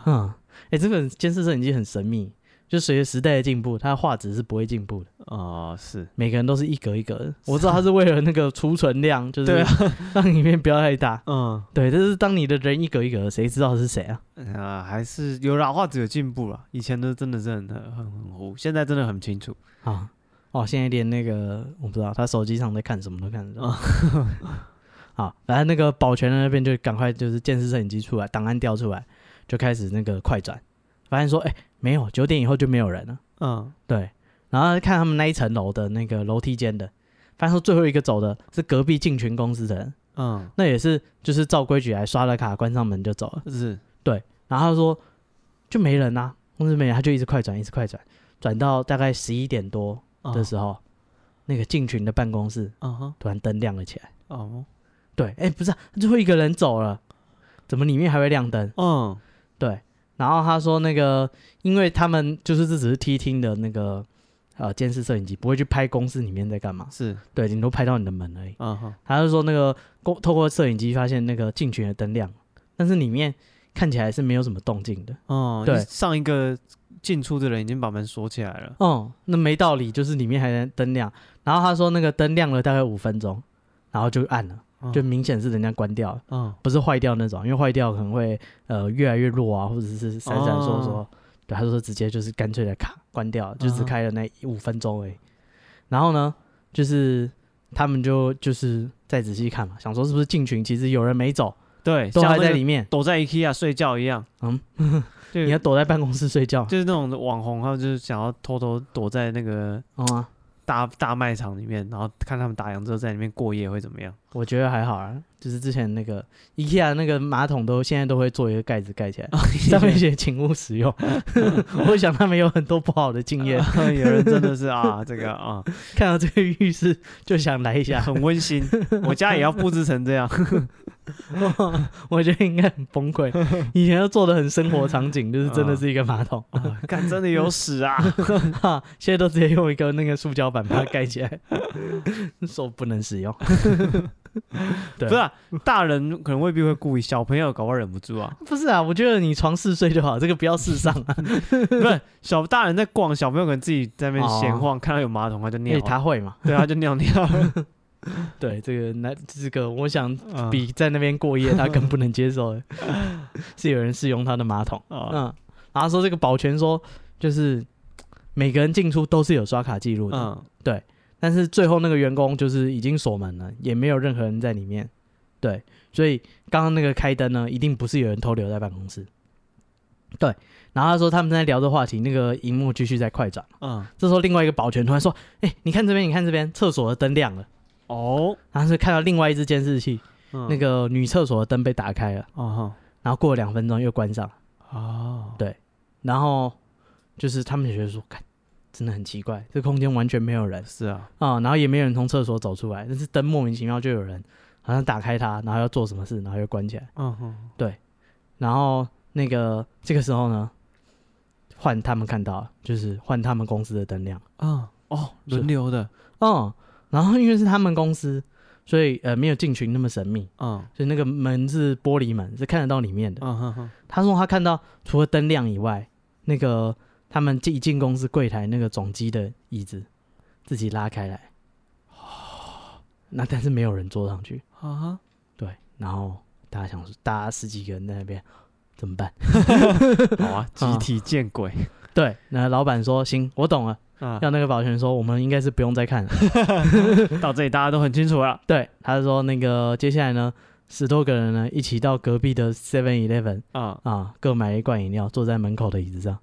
S2: 嗯，哎、这个监视摄影机很神秘，就随着时代的进步，它的画质是不会进步的。
S1: 哦，是，
S2: 每个人都是一格一格的，我知道它是为了那个储存量，就
S1: 啊对
S2: 是
S1: 啊
S2: 让影片不要太大。
S1: 嗯，
S2: 对，但是当你的人一格一格，谁知道是谁啊？
S1: 啊，还是有老化只有进步啊了，以前都真的是很很很很糊，现在真的很清楚，
S2: 啊，哦，现在连那个我不知道他手机上在看什么都看得到。 好，反正那个保全的那边就赶快就是监视摄影机出来，啊档案调出来，就开始那个快转，发现说，哎、没有，九点以后就没有人了。
S1: 嗯，
S2: 对，然后哎看他们那一层楼的那个楼梯间的，发现说最后一个走的是隔壁进群公司的人，
S1: 嗯，
S2: 那也是就是照规矩来哎刷了卡，关上门就走了。
S1: 是
S2: 然后他说就没人啊，公司没人，他就一直快转，一直快转，转到大概十一点多
S1: 嗯
S2: 的时候，那个进群的办公室
S1: 嗯哼，
S2: 突然灯亮了起来。
S1: 哦，
S2: 对，哎、不是、啊，最后一个人走了，怎么里面还会亮灯？
S1: 嗯，
S2: 对，然后他说那个，因为他们就是这只是 T 厅的那个呃监视摄影机，不会去拍公司里面在干嘛，
S1: 是，
S2: 对，顶多拍到你的门而已。
S1: 嗯哼，
S2: 他就说那个过透过摄影机发现那个进群的灯亮，但是里面看起来是没有什么动静的。
S1: 哦，
S2: 对
S1: 一上一个进出的人已经把门锁起来了，
S2: 哦、那没道理，就是里面还能灯亮。然后他说那个灯亮了大概五分钟，然后就暗了，
S1: 嗯
S2: 就明显是人家关掉了。
S1: 嗯，
S2: 不是坏掉那种，因为坏掉可能会呃越来越弱啊，或者是闪闪烁烁
S1: 哦。
S2: 对，他说直接就是干脆的卡关掉，就只
S1: 嗯
S2: 开了那五分钟而已。然后呢，就是他们就就是再仔细看嘛，想说是不是进群其实有人没走，
S1: 对，
S2: 都
S1: 像
S2: 还
S1: 那
S2: 在
S1: 个
S2: 里面，
S1: 躲在 IKEA 睡觉一样，
S2: 嗯，
S1: 就
S2: 你要躲在办公室睡觉，
S1: 就是那种网红，他们就是想要偷偷躲在那个
S2: 嗯啊，
S1: 大大卖场里面，然后看他们打烊之后在里面过夜会怎 么样？
S2: 我觉得还好啊。就是之前那个 IKEA 那个马桶都现在都会做一个盖子 盖起来，上面写请勿使用。 我想他们有很多不好 的经验，
S1: 有人真的是啊，这个啊，
S2: 看到这个浴室就想来一下。
S1: 很温馨，我家也要布置成这样。
S2: 我觉得应该很 崩溃。以前都做的很生活场景，就是真的是一个马桶，
S1: 啊干、真的有屎啊！
S2: 哈，现在都直接用一个那个塑胶板把它盖起来， 说不能 使用。对
S1: 不是、啊，大人可能未必会故意，小朋友搞不好忍不住啊。
S2: 不是啊，我觉得你床试睡就好，这个不要试上 啊。
S1: 不是，小大人在逛，小朋友可能自己在那边闲晃，看到有马桶他就
S2: 因
S1: 尿
S2: 为
S1: 啊，
S2: 哦哎他会嘛？
S1: 对，他就尿尿。
S2: 对，这个那这个，我想
S1: 啊
S2: 比在那边过夜他更不能接受的，是有人试用他的马桶。
S1: 啊，
S2: 嗯，然后说这个保全说，就是每个人进出都是有刷卡记录的。
S1: 嗯，
S2: 但是最后那个员工就是已经锁门了，也没有任何人在里面。对，所以刚刚那个开灯呢，一定不是有人偷留在办公室。对，然后他说他们正在聊的话题，那个荧幕继续在快转。
S1: 嗯，
S2: 这时候另外一个保全突然说：“哎、你看这边，你看这边，厕所的灯亮了。
S1: 哦，”
S2: 然后是看到另外一只监视器，
S1: 嗯
S2: 那，个女厕所的灯被打开了，
S1: 哦，
S2: 然后过了两分钟又关上了。
S1: 哦，
S2: 然后就是他们也觉得说：“看，真的很奇怪，这空间完全没有人。”
S1: 是啊，
S2: 啊、然后也没有人从厕所走出来，但是灯莫名其妙就有人好像打开它，然后要做什么事，然后又关起来。
S1: 嗯哼，
S2: 然后那个这个时候呢，换他们看到了，就是换他们公司的灯亮。
S1: 嗯，哦，轮
S2: 是
S1: 流的，
S2: 嗯，然后因为是他们公司，所以呃没有进群那么神秘，
S1: 嗯，
S2: 所以那个门是玻璃门，是看得到里面的。
S1: 嗯哼哼，
S2: 他说他看到除了灯亮以外，那个他们一进公司柜台那个总机的椅子自己拉开来， 那但是没有人坐上去。
S1: 啊哈，
S2: 对，然后大家想说，大家十几个人在那边怎么办？
S1: 好啊，集体见鬼
S2: 对，那老板说行，我懂了。
S1: 啊！
S2: 要那个保全说，我们应该是不用再 看了。
S1: 到这里大家都很清楚了，
S2: 对，他说那个接下来呢，十多个人呢一起到隔壁的 Seven Eleven
S1: 啊，
S2: 啊，各买一罐饮料，坐在门口的椅子 上。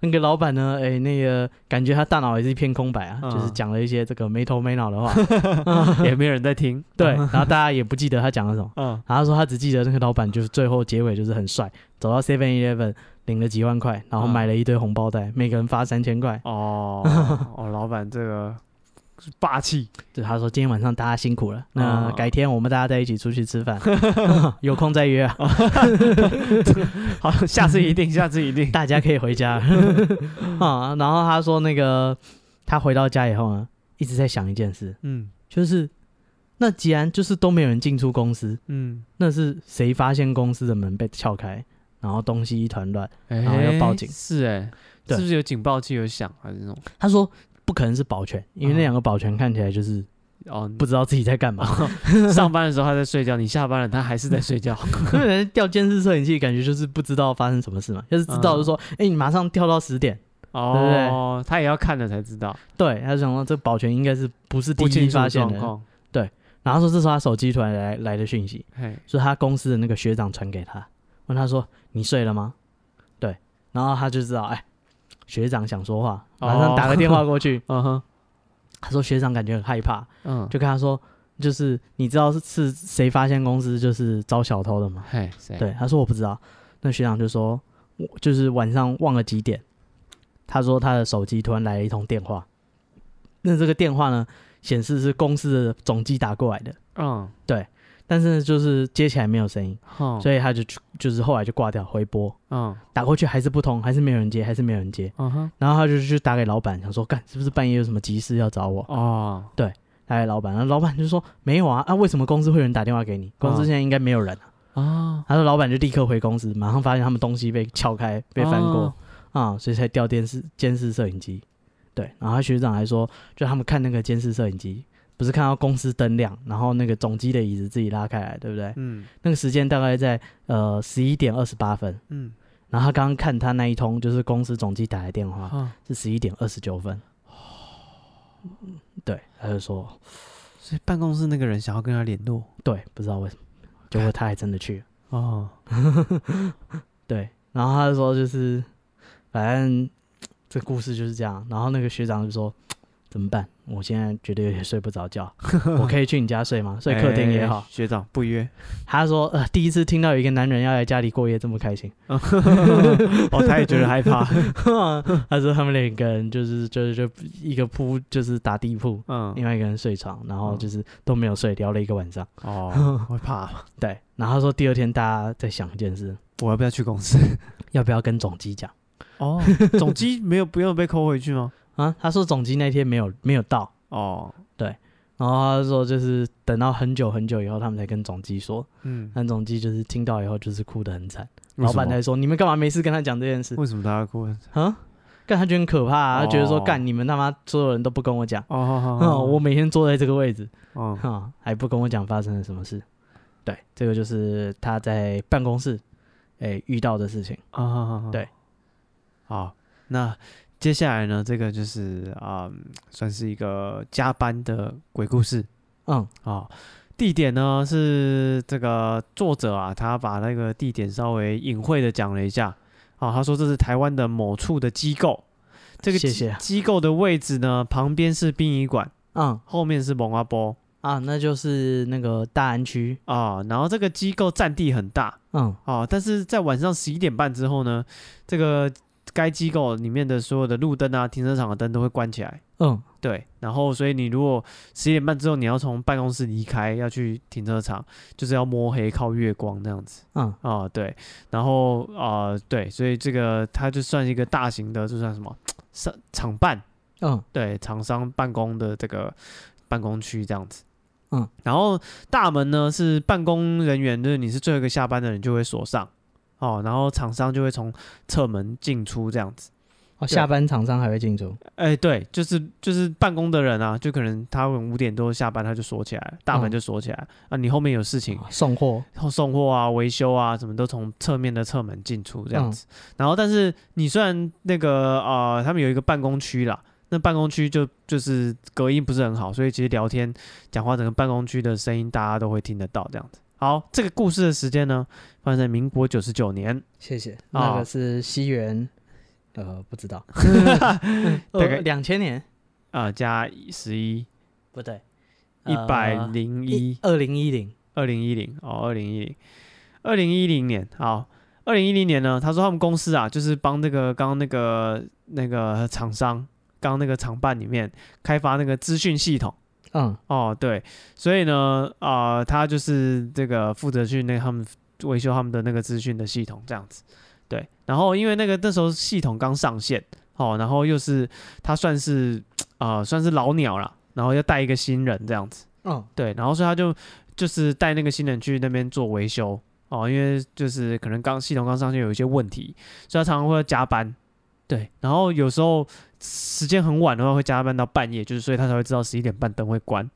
S2: 那个老板呢，哎、那个感觉他大脑也是一片空白啊，就是
S1: 嗯
S2: 讲了一些这个没头没脑的话。
S1: 也没有人在听，
S2: 对， 然后大家也不记得他讲了什么。
S1: 嗯，
S2: 然后他说他只记得那个老板就是最后结尾就是很帅，走到 Seven Eleven 领了几万块，
S1: 嗯
S2: 然后买了一堆红包袋，每个人发三千块。
S1: 哦，哦，老板这个霸气，
S2: 对，他说今天晚上大家辛苦了，那
S1: 哦
S2: 改天我们大家再一起出去 吃饭，有空再约啊，
S1: 哦好，下次 一定，下次一定，
S2: 大家可以 回家啊。然后他说那个他回到家以后呢，一直在想一件事，
S1: 嗯
S2: 就是那既然就是都没有人进出公司，
S1: 嗯，
S2: 那是谁发现公司的门被撬开，然后东西一团乱？
S1: 然
S2: 后要报警
S1: 哎是哎，
S2: 对
S1: 是不是有警报器有响还是那种？
S2: 他说不可能是保全，因为那
S1: 嗯
S2: 两个保全看起来就是
S1: 哦，
S2: 不知道自己在干嘛，
S1: 上班的时候他在睡觉，你下班了他还是在睡 觉，
S2: 因为人家调监视摄影器，感觉就是不知道发生什么事嘛，就是知道就说，哎、你马上跳到十点。
S1: 哦，他也要看了才知道，
S2: 对，他就想说这保全应该是不是第
S1: 不清
S2: 一
S1: 楚
S2: 发现
S1: 状
S2: 的，
S1: 况，
S2: 然后说这时候他手机突然来来的讯息，
S1: 嘿，
S2: 是他公司的那个学长传给他，问他说你睡了吗？对，然后他就知道，哎、学长想说 话，马上打个电话过去。
S1: 嗯哼，
S2: 他说学长感觉很害怕，
S1: 嗯，
S2: 就跟他说就是你知道是是谁发现公司就是招小偷的吗？
S1: 嘿，谁？
S2: 对，他说我不知道。那学长就说，我就是晚上忘了几点，他说他的手机突然来了一通电话，那这个电话呢显示是公司的总机打过来的，
S1: 嗯，
S2: 但是就是接起来没有声音，
S1: 好，
S2: 所以他就去就是后来就挂掉回拨，
S1: 嗯，
S2: 打过去还是不通，还是没有人接，还是没有人接，
S1: 嗯哼，
S2: 然后他就去打给老板，想说干是不是半夜有什么急事要找我？
S1: 哦，
S2: 打给老板，然后老板就说没有啊，啊为什么公司会有人打电话给你？公司
S1: 嗯
S2: 现在应该没有人。
S1: 啊，
S2: 他说老板就立刻回公司，马上发现他们东西被撬开、被翻过啊、所以才调电视监视摄影机。对，然后他学长还说，就他们看那个监视摄影机，不是看到公司灯亮，然后那个总机的椅子自己拉开来，对不对？
S1: 嗯
S2: 那个时间大概在呃十一点二十八分。
S1: 嗯，
S2: 然后他刚刚看他那一通就是公司总机打来电话，
S1: 啊，
S2: 是十一点二十九分。对，他就说
S1: 所以办公室那个人想要跟他联络，
S2: 对，不知道为什么，结果他还真的去了。
S1: 哦，
S2: 对，然后他就说就是，反正这故事就是这样。然后那个学长就说怎么办？我现在觉得有点睡不着觉，我可以去你家睡吗？睡客厅也好
S1: 哎。学长不 约，
S2: 他说呃，第一次听到有一个男人要来家里过夜这么开心。
S1: 哦，他也觉得害怕，
S2: 他说他们两个人就是就是就一个铺就是打地铺，
S1: 嗯，
S2: 另外一个人睡床，然后
S1: 嗯
S2: 就是都没有睡，聊了一个晚上。
S1: 哦，我会怕，
S2: 对，然后他说第二天大家在想一件事，
S1: 我要不要去公司？
S2: 要不要跟总机讲
S1: 哦，总机没有不用被扣回去吗？
S2: 啊？他说总机那天没有没有到。
S1: 哦，
S2: 然后他说就是等到很久很久以后，他们才跟总机说，
S1: 嗯，
S2: 但总机就是听到以后就是哭得很惨，
S1: 为
S2: 老
S1: 什
S2: 板
S1: 么
S2: 才说你们干嘛没事跟他讲这件事
S1: 为什么他要哭？哦
S2: 啊？干他觉得很可怕、啊，他觉得说
S1: 哦
S2: 干你们他妈所有人都不跟我讲，
S1: 哦哦，
S2: 哼，
S1: 哦
S2: 我每天坐在这个位置，
S1: 哦
S2: 哈，还不跟我讲发生了什么事。对，这个就是他在办公室，哎遇到的事情。
S1: 啊哈哈哈，
S2: 对，
S1: 好，那接下来呢，这个就是啊、嗯算是一个加班的鬼故事
S2: 嗯
S1: 啊、地点呢是这个作者啊，他把那个地点稍微隐晦的讲了一下啊、他说这是台湾的某处的机构，这个
S2: 谢
S1: 机
S2: 谢啊
S1: 机构的位置呢，旁边是殡仪馆，
S2: 嗯
S1: 后面是蒙阿波
S2: 啊，那就是那个大安区，
S1: 啊、然后这个机构占地很大，
S2: 嗯
S1: 哦，但是在晚上十一点半之后呢，这个该机构里面的所有的路灯啊、停车场的灯都会关起来。
S2: 嗯
S1: 对，然后所以你如果十一点半之后你要从办公室离开，要去停车场，就是要摸黑靠月光这样子
S2: 嗯
S1: 啊、对，然后啊、呃对，所以这个它就算一个大型的，就算什么商厂办，
S2: 嗯
S1: 对厂商办公的这个办公区这样子。
S2: 嗯，
S1: 然后大门呢是办公人员，就是你是最后一个下班的人就会锁上哦，然后厂商就会从侧门进出这样子。
S2: 哦，下班厂商还会进驻，
S1: 哎，对，就是就是办公的人啊，就可能他们五点多下班他就锁起来了，大门
S2: 嗯
S1: 就锁起来、啊，你后面有事情
S2: 哦送货，
S1: 然后送货啊、维修啊，什么都从侧面的侧门进出这样子。然后，但是你虽然那个呃，他们有一个办公区啦，那办公区就就是隔音不是很好，所以其实聊天、讲话，整个办公区的声音大家都会听得到这样子。好，这个故事的时间呢，发生在民国九十九年，
S2: 谢谢。
S1: 哦
S2: 那个是西元，呃，不 知道，
S1: 大概
S2: 呃两千年
S1: 啊，加十一，
S2: 不对，
S1: 一百零一，
S2: 二零呃一零，
S1: 二零一零哦，二零一零，二零一零年好，二零一零年呢，他说他们公司啊，就是帮那个刚刚那个那个厂商，刚刚那个厂办里面开发那个资讯系统
S2: 嗯
S1: 哦，对，所以呢，啊、他就是这个负责去那他们维修他们的那个资讯的系统这样子，对，然后因为那个那时候系统刚上线哦，然后又是他算是啊、呃算是老鸟了，然后要带一个新人这样子。
S2: 嗯
S1: 对，然后所以他就就是带那个新人去那边做维修哦，因为就是可能刚系统刚上线有一些问题，所以他常常会加班。对，然后有时候时间很晚的话会加班到半夜，就是所以他才会知道十一点半灯会关，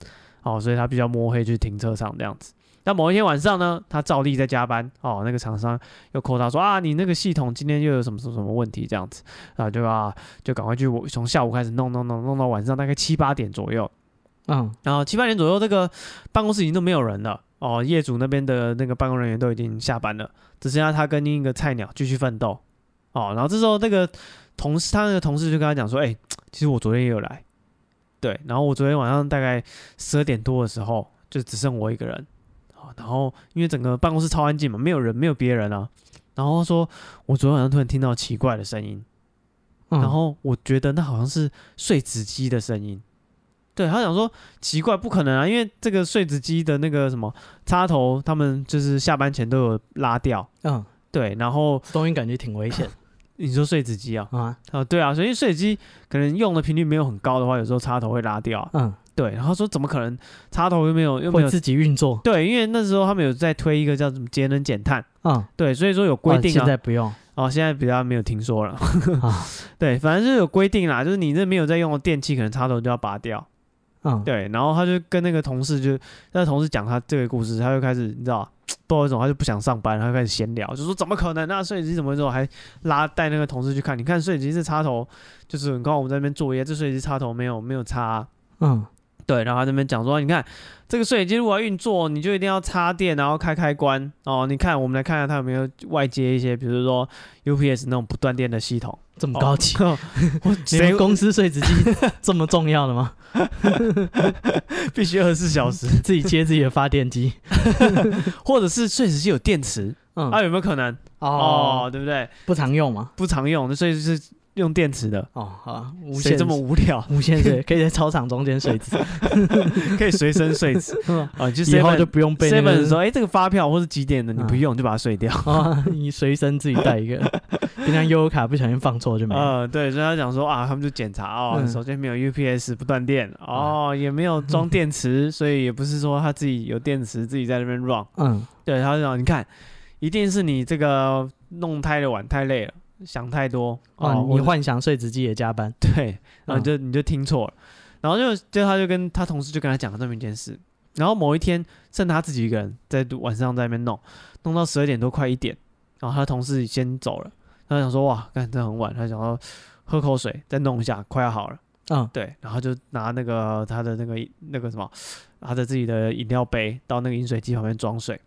S1: 哦，所以他比较摸黑去停车场这样子。那某一天晚上呢，他照例在加班哦，那个厂商又扣他说啊，你那个系统今天又有什么什么什么问题这样子啊，就啊就赶快去我从下午开始弄弄弄弄到晚上大概七八点左右，
S2: 嗯
S1: 然后七八点左右，这个办公室已经都没有人了哦，业主那边的那个办公人员都已经下班了，只剩下他跟另一个菜鸟继续奋斗哦。然后这时候那个同事，他那个同事就跟他讲说：“哎、其实我昨天也有来，对，然后我昨天晚上大概十二点多的时候就只剩我一个人。好，然后因为整个办公室超安静嘛，没有人，没有别人啊。然后说，我昨天晚上突然听到奇怪的声音，
S2: 嗯
S1: 然后我觉得那好像是碎纸机的声音。对他想说奇怪，不可能啊，因为这个碎纸机的那个什么插头，他们就是下班前都有拉掉。
S2: 嗯，
S1: 对，然后
S2: 东西感觉挺危险
S1: 你说碎纸机啊，
S2: 啊，
S1: 啊对啊，所以碎纸机可能用的频率没有很高的话，有时候插头会拉掉啊。
S2: 嗯，
S1: 对，然后说怎么可能插头又没有又没
S2: 会
S1: 有？
S2: 自己运作，
S1: 对，因为那时候他们有在推一个叫什么节能减碳，
S2: 嗯，
S1: 对，所以说有规
S2: 哇
S1: 定啊。
S2: 现在不用
S1: 哦，现在比较没有听说了。
S2: 啊，
S1: 对，反正是有规定啦，就是你这没有在用的电器，可能插头就要拔掉。
S2: 嗯，
S1: 对，然后他就跟那个同事就，那个同事讲他这个故事，他就开始你知道，不知道为什么他就不想上班，他就开始闲聊，就说怎么可能啊，摄影机怎么会做？还拉带那个同事去看，你看摄影机这插头，就是你看我们在那边作业，这摄影机插头没有没有插啊、
S2: 嗯，
S1: 对，然后他在那边讲说，你看这个摄影机如果要运作，你就一定要插电，然后开开关哦。你看，我们来看看它有没有外接一些，比如说 UPS 那种不断电的系统。
S2: 这么
S1: 哦
S2: 高级，
S1: 我
S2: 你
S1: 谁
S2: 们公司碎纸机 这么重要的吗？
S1: 必须二十四小时，
S2: 自己接自己的发电机，
S1: 或者是碎石机有电池，
S2: 嗯，
S1: 啊，有没有可能？哦，
S2: 哦，
S1: 对不对？
S2: 不常用嘛，
S1: 不常用，所以是用电池的。
S2: 哦，好啊，无
S1: 谁
S2: 线
S1: 这么无聊，
S2: 无线 水，可以在操场中间水 纸，
S1: 可以随身 碎纸
S2: 嗯
S1: 啊？就
S2: 以后就
S1: seven
S2: 不用被那
S1: seven 说，
S2: 个
S1: 哎，这个发票或是几点的你不
S2: 嗯
S1: 用，你就把它碎掉。
S2: 啊，你随身自己带 一个，平常悠游卡不小心放错就没了。
S1: 嗯，对，所以他讲说啊，他们就检查哦，
S2: 嗯
S1: 首先没有 UPS 不断电，哦，也没有装电池，所以也不是说他自己有电池自己在那边 run。
S2: 嗯，
S1: 对，他就讲你看，一定是你这个弄太的晚太累了，想太多
S2: 哦，
S1: 哦，
S2: 你
S1: 我
S2: 幻想碎纸机也加班，
S1: 对，然后
S2: 嗯
S1: 你就、你就听错了，然后就就他就跟他同事就跟他讲了这么一件事，然后某一天剩他自己一个人在晚上在那边弄，弄到十二点多快一点，然后他同事先走了，他想说哇，干真的很晚，他想要喝口水再弄一下，快要好了，
S2: 嗯
S1: 对，然后就拿那个他的那个那个什么，拿着自己的饮料杯到那个饮水机旁边装水，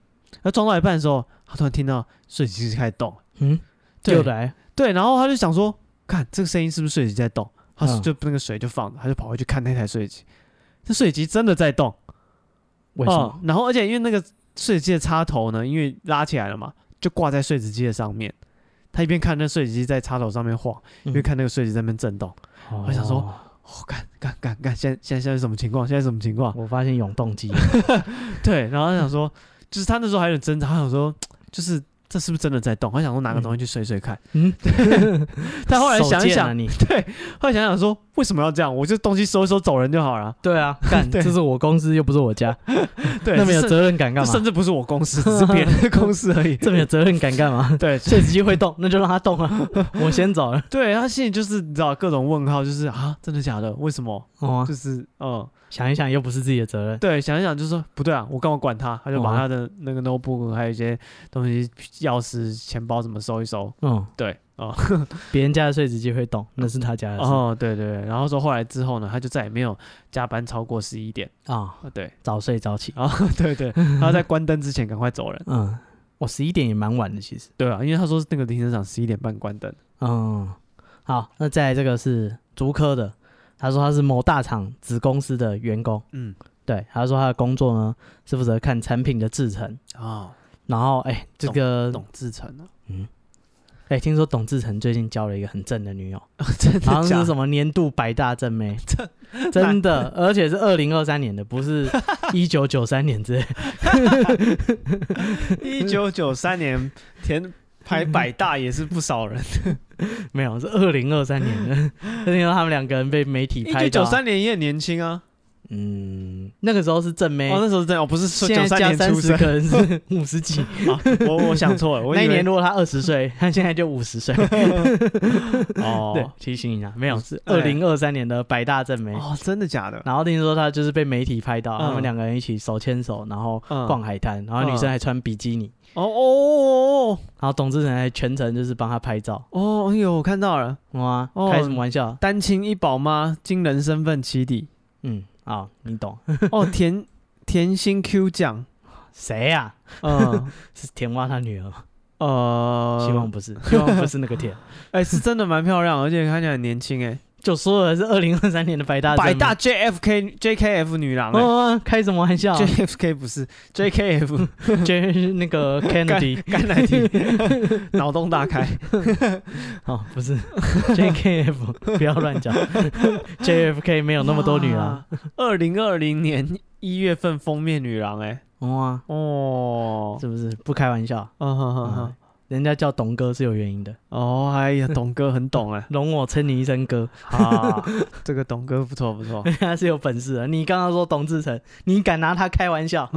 S1: 他装到一半的时候，他突然听到水机开始动，
S2: 嗯，
S1: 对
S2: 又来，
S1: 对，然后他就想说，看这个声音是不是水机在动？他
S2: 嗯
S1: 就那个水就放着，他就跑回去看那台水机，这水机真的在动。
S2: 为什
S1: 哦
S2: 么？
S1: 然后而且因为那个水机的插头呢，因为拉起来了嘛，就挂在碎纸机的上面。他一边看那水机在插头上面晃，一
S2: 嗯
S1: 边看那个水机在那边震动。
S2: 哦
S1: 我想说，哦，干干干干，现在现在现在是什么情况？现在是什么情况？
S2: 我发现永动机，
S1: 对，然后他想说，就是他那时候还有点挣扎，他想说，就是这是不是真的在动？他想说拿个东西去水水看。
S2: 嗯，
S1: 但后来想一
S2: 手贱
S1: 想
S2: 啊，你
S1: 对，后来想想说，为什么要这样？我就东西收一收走人就好了。
S2: 对 啊，干，
S1: 对
S2: 这是我公司又不是我家，
S1: 对，
S2: 那么有
S1: 这
S2: 责任感干
S1: 这甚
S2: 嘛？
S1: 至不是我公司，只是别人的 公司而已。？
S2: 这么有责任感干嘛
S1: 对
S2: 碎纸机会动，那就让它动啊， 我先走了。
S1: 对，他心里就是你知道各种问号，就是啊，真的假的？为什么？
S2: 哦
S1: 就，是嗯，
S2: 想一想又不是自己的责任，
S1: 对，想一想就是说不对啊，我干嘛管他？他就把
S2: 哦
S1: 他的那个 notebook 还有一些东西、钥匙、钱包怎么收一收。
S2: 嗯，
S1: 对， 哦、
S2: 别人家的碎纸机会动，那是他家的事
S1: 哦，对对对，然后说后来之后呢，他就再也没有加班超过十一点。
S2: 啊，
S1: 啊，对，
S2: 早睡早起，
S1: 然后 对对， 他在关灯之前赶快走人。
S2: 嗯，我十一点也蛮晚的其实，
S1: 对啊，因为他说那个停车场十一点半关灯。
S2: 嗯，好，那再来这个是竹科的，他说他是某大厂子公司的员工，
S1: 嗯，
S2: 对，他说他的工作呢是负责看产品的制成，
S1: 哦，
S2: 然后哎，这个
S1: 董志成啊，
S2: 哎，听说董志成最近交了一个很正的女 友，
S1: 真的
S2: 好像
S1: 假
S2: 是
S1: 的？
S2: 什么年度百大正妹， 真的，而且是二零二三年的，不 是一九九三年之类。
S1: 一九九三年填排百大也是不少 人，
S2: 没有，是二零二三年的。 那听说他们两个人被媒体
S1: 一
S2: 拍
S1: 九
S2: 到
S1: 九，三年也很年轻啊。
S2: 嗯，那个时候是正妹，
S1: 哦，那时候真的，我不是说
S2: 现
S1: 九
S2: 在
S1: 三
S2: 加
S1: 年
S2: 三
S1: 出
S2: 十
S1: 生，
S2: 可能是五十几。
S1: 啊我我想 错了， 我以
S2: 那一
S1: 为
S2: 年如果他二 十岁，他现在就五十岁。对
S1: 哦，，
S2: 提醒一下，没有是
S1: 对
S2: 二零二三年的百大正妹。
S1: 哦，真的假的？
S2: 然后听说他就是被媒体拍到，
S1: 嗯
S2: 他们两个人一起手牵手，然后
S1: 嗯
S2: 逛海滩，然后女生还穿比基尼，
S1: 哦哦哦
S2: 然后董志成还全程就是帮他拍照。
S1: 哦哦，哎呦，我看到了，
S2: 哇
S1: 哦，
S2: 开什么玩笑？
S1: 单亲一宝妈，惊人身份起底。
S2: 嗯，啊，你懂
S1: 哦，甜甜心 Q 酱，
S2: 谁呀？
S1: 嗯
S2: 是田蛙他女儿吗？
S1: 呃，
S2: 希望不是，希望不是那个田。
S1: 哎、是真的蛮漂亮，而且看起来很年轻哎、
S2: 就说了是二零二三年的百大
S1: 百
S2: 证
S1: 大
S2: 明
S1: JFK JKF 女郎、欸
S2: 哦，哦开什么 玩笑
S1: JFK 不是 JKF
S2: ？J 那个 Kennedy
S1: 甘乃迪， 脑洞大开。
S2: 哦，不是 JKF，不要乱讲 ，JFK 没有那么多女啊
S1: 啊
S2: 郎。
S1: 二零二零年一月份封面女郎、哎，
S2: 哇，
S1: 哦，
S2: 是不是不开玩笑？
S1: 啊哈哈
S2: 啊
S1: 哈，
S2: 人家叫董哥是有原因的，
S1: 哦，哎呀，董哥很懂 哎、
S2: 容我称你一声哥，
S1: 啊， 这个董哥不错不错，
S2: 他是有本事的。你刚刚说董志成，你敢拿他开玩笑？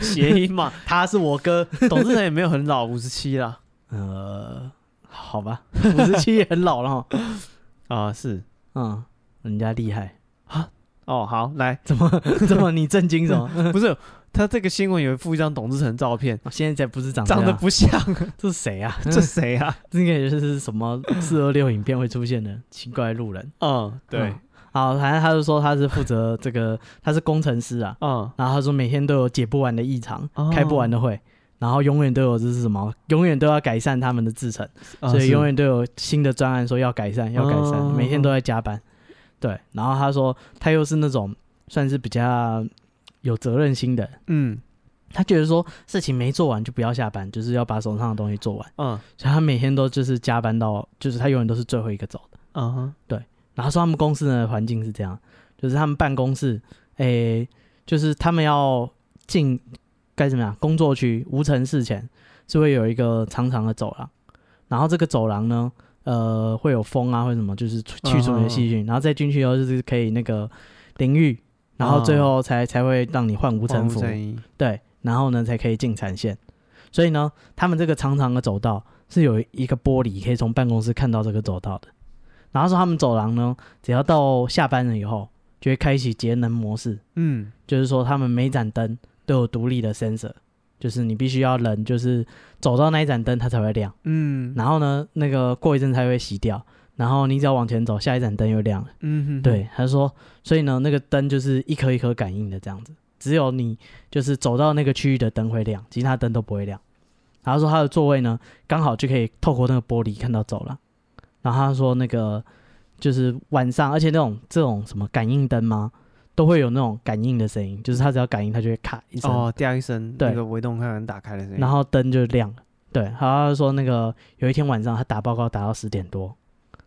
S1: 谐音嘛，
S2: 他是我哥。
S1: 董志成也没有很老，五十七啦，
S2: 呃，好吧，五十七也很老了哈。
S1: 啊是，
S2: 嗯，人家厉害，
S1: 哦好， 来，
S2: 怎么怎么你震惊什么？
S1: 不是他这个新闻有附一张董志成照片，
S2: 哦现在才不是长这
S1: 长
S2: 样
S1: 得不像，
S2: 这是谁啊？
S1: 这谁啊？
S2: 应该就是什么四二六影片会出现的奇怪路人。
S1: 嗯，对
S2: 嗯，好，反正他就说他是负责这个，他是工程师啊，
S1: 嗯，
S2: 然后他说每天都有解不完的异常，
S1: 哦
S2: 开不完的会，然后永远都有这是什么，永远都要改善他们的制程，
S1: 啊
S2: 所以
S1: 是
S2: 永远都有新的专案说要改善，要改善，
S1: 哦
S2: 每天都在加班。对，然后他说他又是那种算是比较有责任心的人，
S1: 嗯
S2: 他觉得说事情没做完就不要下班，就是要把手上的东西做完，
S1: 嗯
S2: 所以他每天都就是加班到，就是他永远都是最后一个走的。
S1: 嗯哼
S2: 然后说他们公司的环境是这样，就是他们办公室，诶、就是他们要进该怎么样工作区无尘室前是会有一个长长的走廊，然后这个走廊呢，呃，会有风啊，或者什么，就是去去除你的细菌，然后再进去以后就是可以那个淋浴，然后最后才、才会让你
S1: 哦
S2: 换无尘服，
S1: 陈怡
S2: 对，然后呢才可以进产线。所以呢，他们这个长长的走道是有一个玻璃，可以从办公室看到这个走道的。然后说他们走廊呢，只要到下班了以后，就会开启节能模式，
S1: 嗯
S2: 就是说他们每盏灯都有独立的 sensor，就是你必须要人就是走到那一盏灯它才会亮。
S1: 嗯
S2: 然后呢，那个过一阵才会熄掉，然后你只要往前走，下一盏灯又亮了。
S1: 嗯哼，
S2: 对，他说，所以呢，那个灯就是一颗一颗感应的这样子，只有你就是走到那个区域的灯会亮，其他灯都不会亮。然后说他的座位呢，刚好就可以透过那个玻璃看到走廊。然后他说那个就是晚上，而且那种这种什么感应灯吗，都会有那种感应的声音，就是他只要感应，它就会咔一声，
S1: 哦，第二声
S2: 对
S1: 那个微动开门打开的声音，
S2: 然后灯就亮了。对，然后他说那个有一天晚上他打报告打到十点多，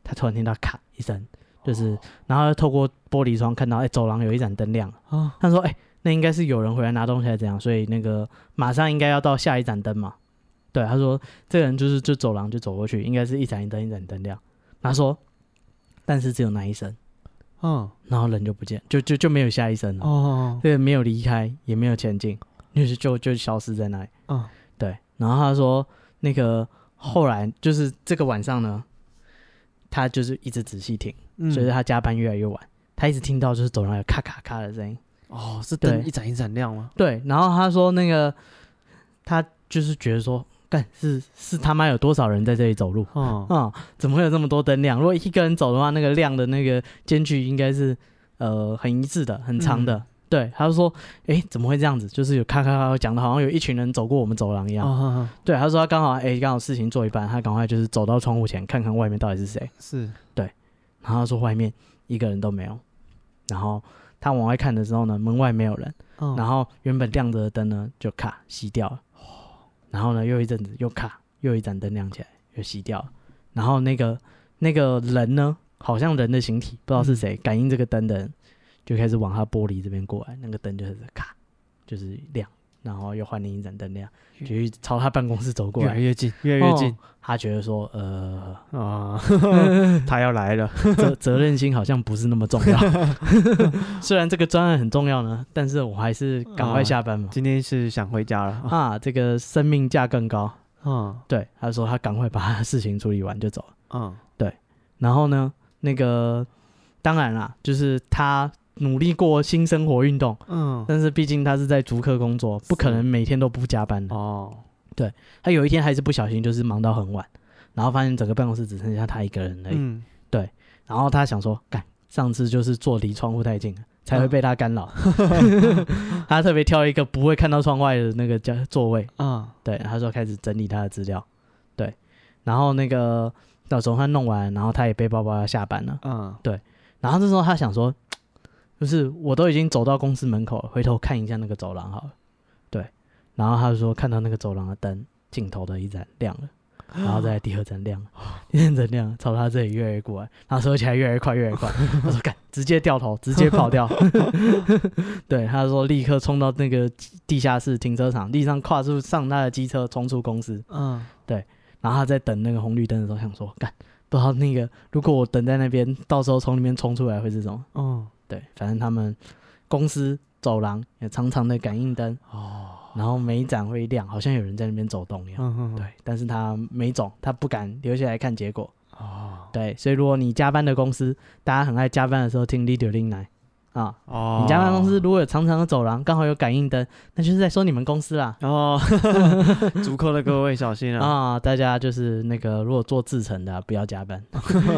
S2: 他突然听到咔一声，就是、然后透过玻璃窗看到，哎、走廊有一盏灯亮了。
S1: 哦
S2: 他说：“哎、那应该是有人回来拿东西，还是怎样？所以那个马上应该要到下一盏灯嘛。”对，他说：“这个人就是就走廊就走过去，应该是一盏一灯一盏灯亮。”他说：“但是只有那一声，
S1: 嗯
S2: 然后人就不见，就就就没有下一声了。
S1: 哦
S2: 这个没有离开，也没有前进，就是就就消失在那里。
S1: 嗯
S2: 对，然后他说那个后来就是这个晚上呢，他就是一直仔细听，
S1: 嗯，
S2: 随着他加班越来越晚，他一直听到就是走廊有咔咔咔的声音。”
S1: 哦是灯
S2: 对
S1: 一盏一盏亮吗？
S2: 对，然后他说那个他就是觉得说，干是是他妈有多少人在这里走路
S1: 哦
S2: 啊、怎么会有这么多灯亮？如果一个人走的话，那个亮的那个间距应该是呃很一致的，很长
S1: 嗯
S2: 的。对，他就说，诶，怎么会这样子？就是有咔咔咔讲的，好像有一群人走过我们走廊一样。
S1: 哦
S2: 对，他说他刚好，诶，刚好事情做一半，他赶快就是走到窗户前看看外面到底是谁。
S1: 是
S2: 然后他说外面一个人都没有。然后他往外看的时候呢，门外没有人。
S1: 嗯
S2: 然后原本亮着的灯呢就咔熄掉了，然后呢又一阵子又咔又一盏灯亮起来又熄掉了，然后那个那个人呢，好像人的形体，不知道
S1: 嗯
S2: 是谁、感应这个灯的人，就开始往他玻璃这边过来，那个灯就是咔就是亮，然后又换另一盏灯亮，就一直朝他办公室走过
S1: 越来
S2: 来。
S1: 越近越来越
S2: 哦
S1: 近
S2: 他觉得说，呃，
S1: 啊， 他要来了，
S2: 责责任心好像不是那么重 要。 虽然这个专案很重要呢，但是我还是赶
S1: 嗯
S2: 快下班嘛。
S1: 今天是想回家了
S2: 啊，这个生命价更高。
S1: 嗯
S2: 对，他说他赶快把他的事情处理完就走了。
S1: 嗯
S2: 然后呢，那个当然啦，就是他努力过新生活运动，
S1: 嗯
S2: 但是毕竟他是在逐客工作，不可能每天都不加班的。
S1: 哦
S2: 他有一天还是不小心就是忙到很晚，然后发现整个办公室只剩下他一个人而已。
S1: 嗯
S2: 然后他想说，干，上次就是坐离窗户太近了。才会被他干扰， 他特别挑了一个不会看到窗外的那个家座位，
S1: 啊
S2: 对，他说开始整理他的资料，对，然后那个到时候他弄完，然后他也背包包要下班了。
S1: 嗯，
S2: 然后这时候他想说，就是我都已经走到公司门口了，回头看一下那个走廊好了。对，然后他就说看到那个走廊的灯尽头的一盏亮了，然后再来第二盏亮了，第三盏亮了，朝他这里越来越过来，然后手起来越来越快，越来越快。他说干，直接掉头，直接跑掉。 对，他说立刻冲到那个地下室停车场，立上跨出上他的机车，冲出公司。
S1: 嗯，
S2: 然后他在等那个红绿灯的时候，想说干，不知道那个如果我等在那边，到时候从里面冲出来会是什么？
S1: 哦，
S2: 对，反正他们公司走廊有长长的感应灯，
S1: 哦，
S2: 然后每一盏会亮，好像有人在那边走动一样。
S1: 嗯嗯，
S2: 对，但是他没走，他不敢留下来看结果。
S1: 哦，
S2: 对，所以如果你加班的公司，大家很爱加班的时候听 leader 令来啊，
S1: 哦，
S2: 你加班公司如果有长长的走廊，刚好有感应灯，那就是在说你们公司啦。
S1: 哦， 足够的各位小心啊！
S2: 啊，大家就是那个，如果做制成的啊、不要加班。
S1: 嗯
S2: 啊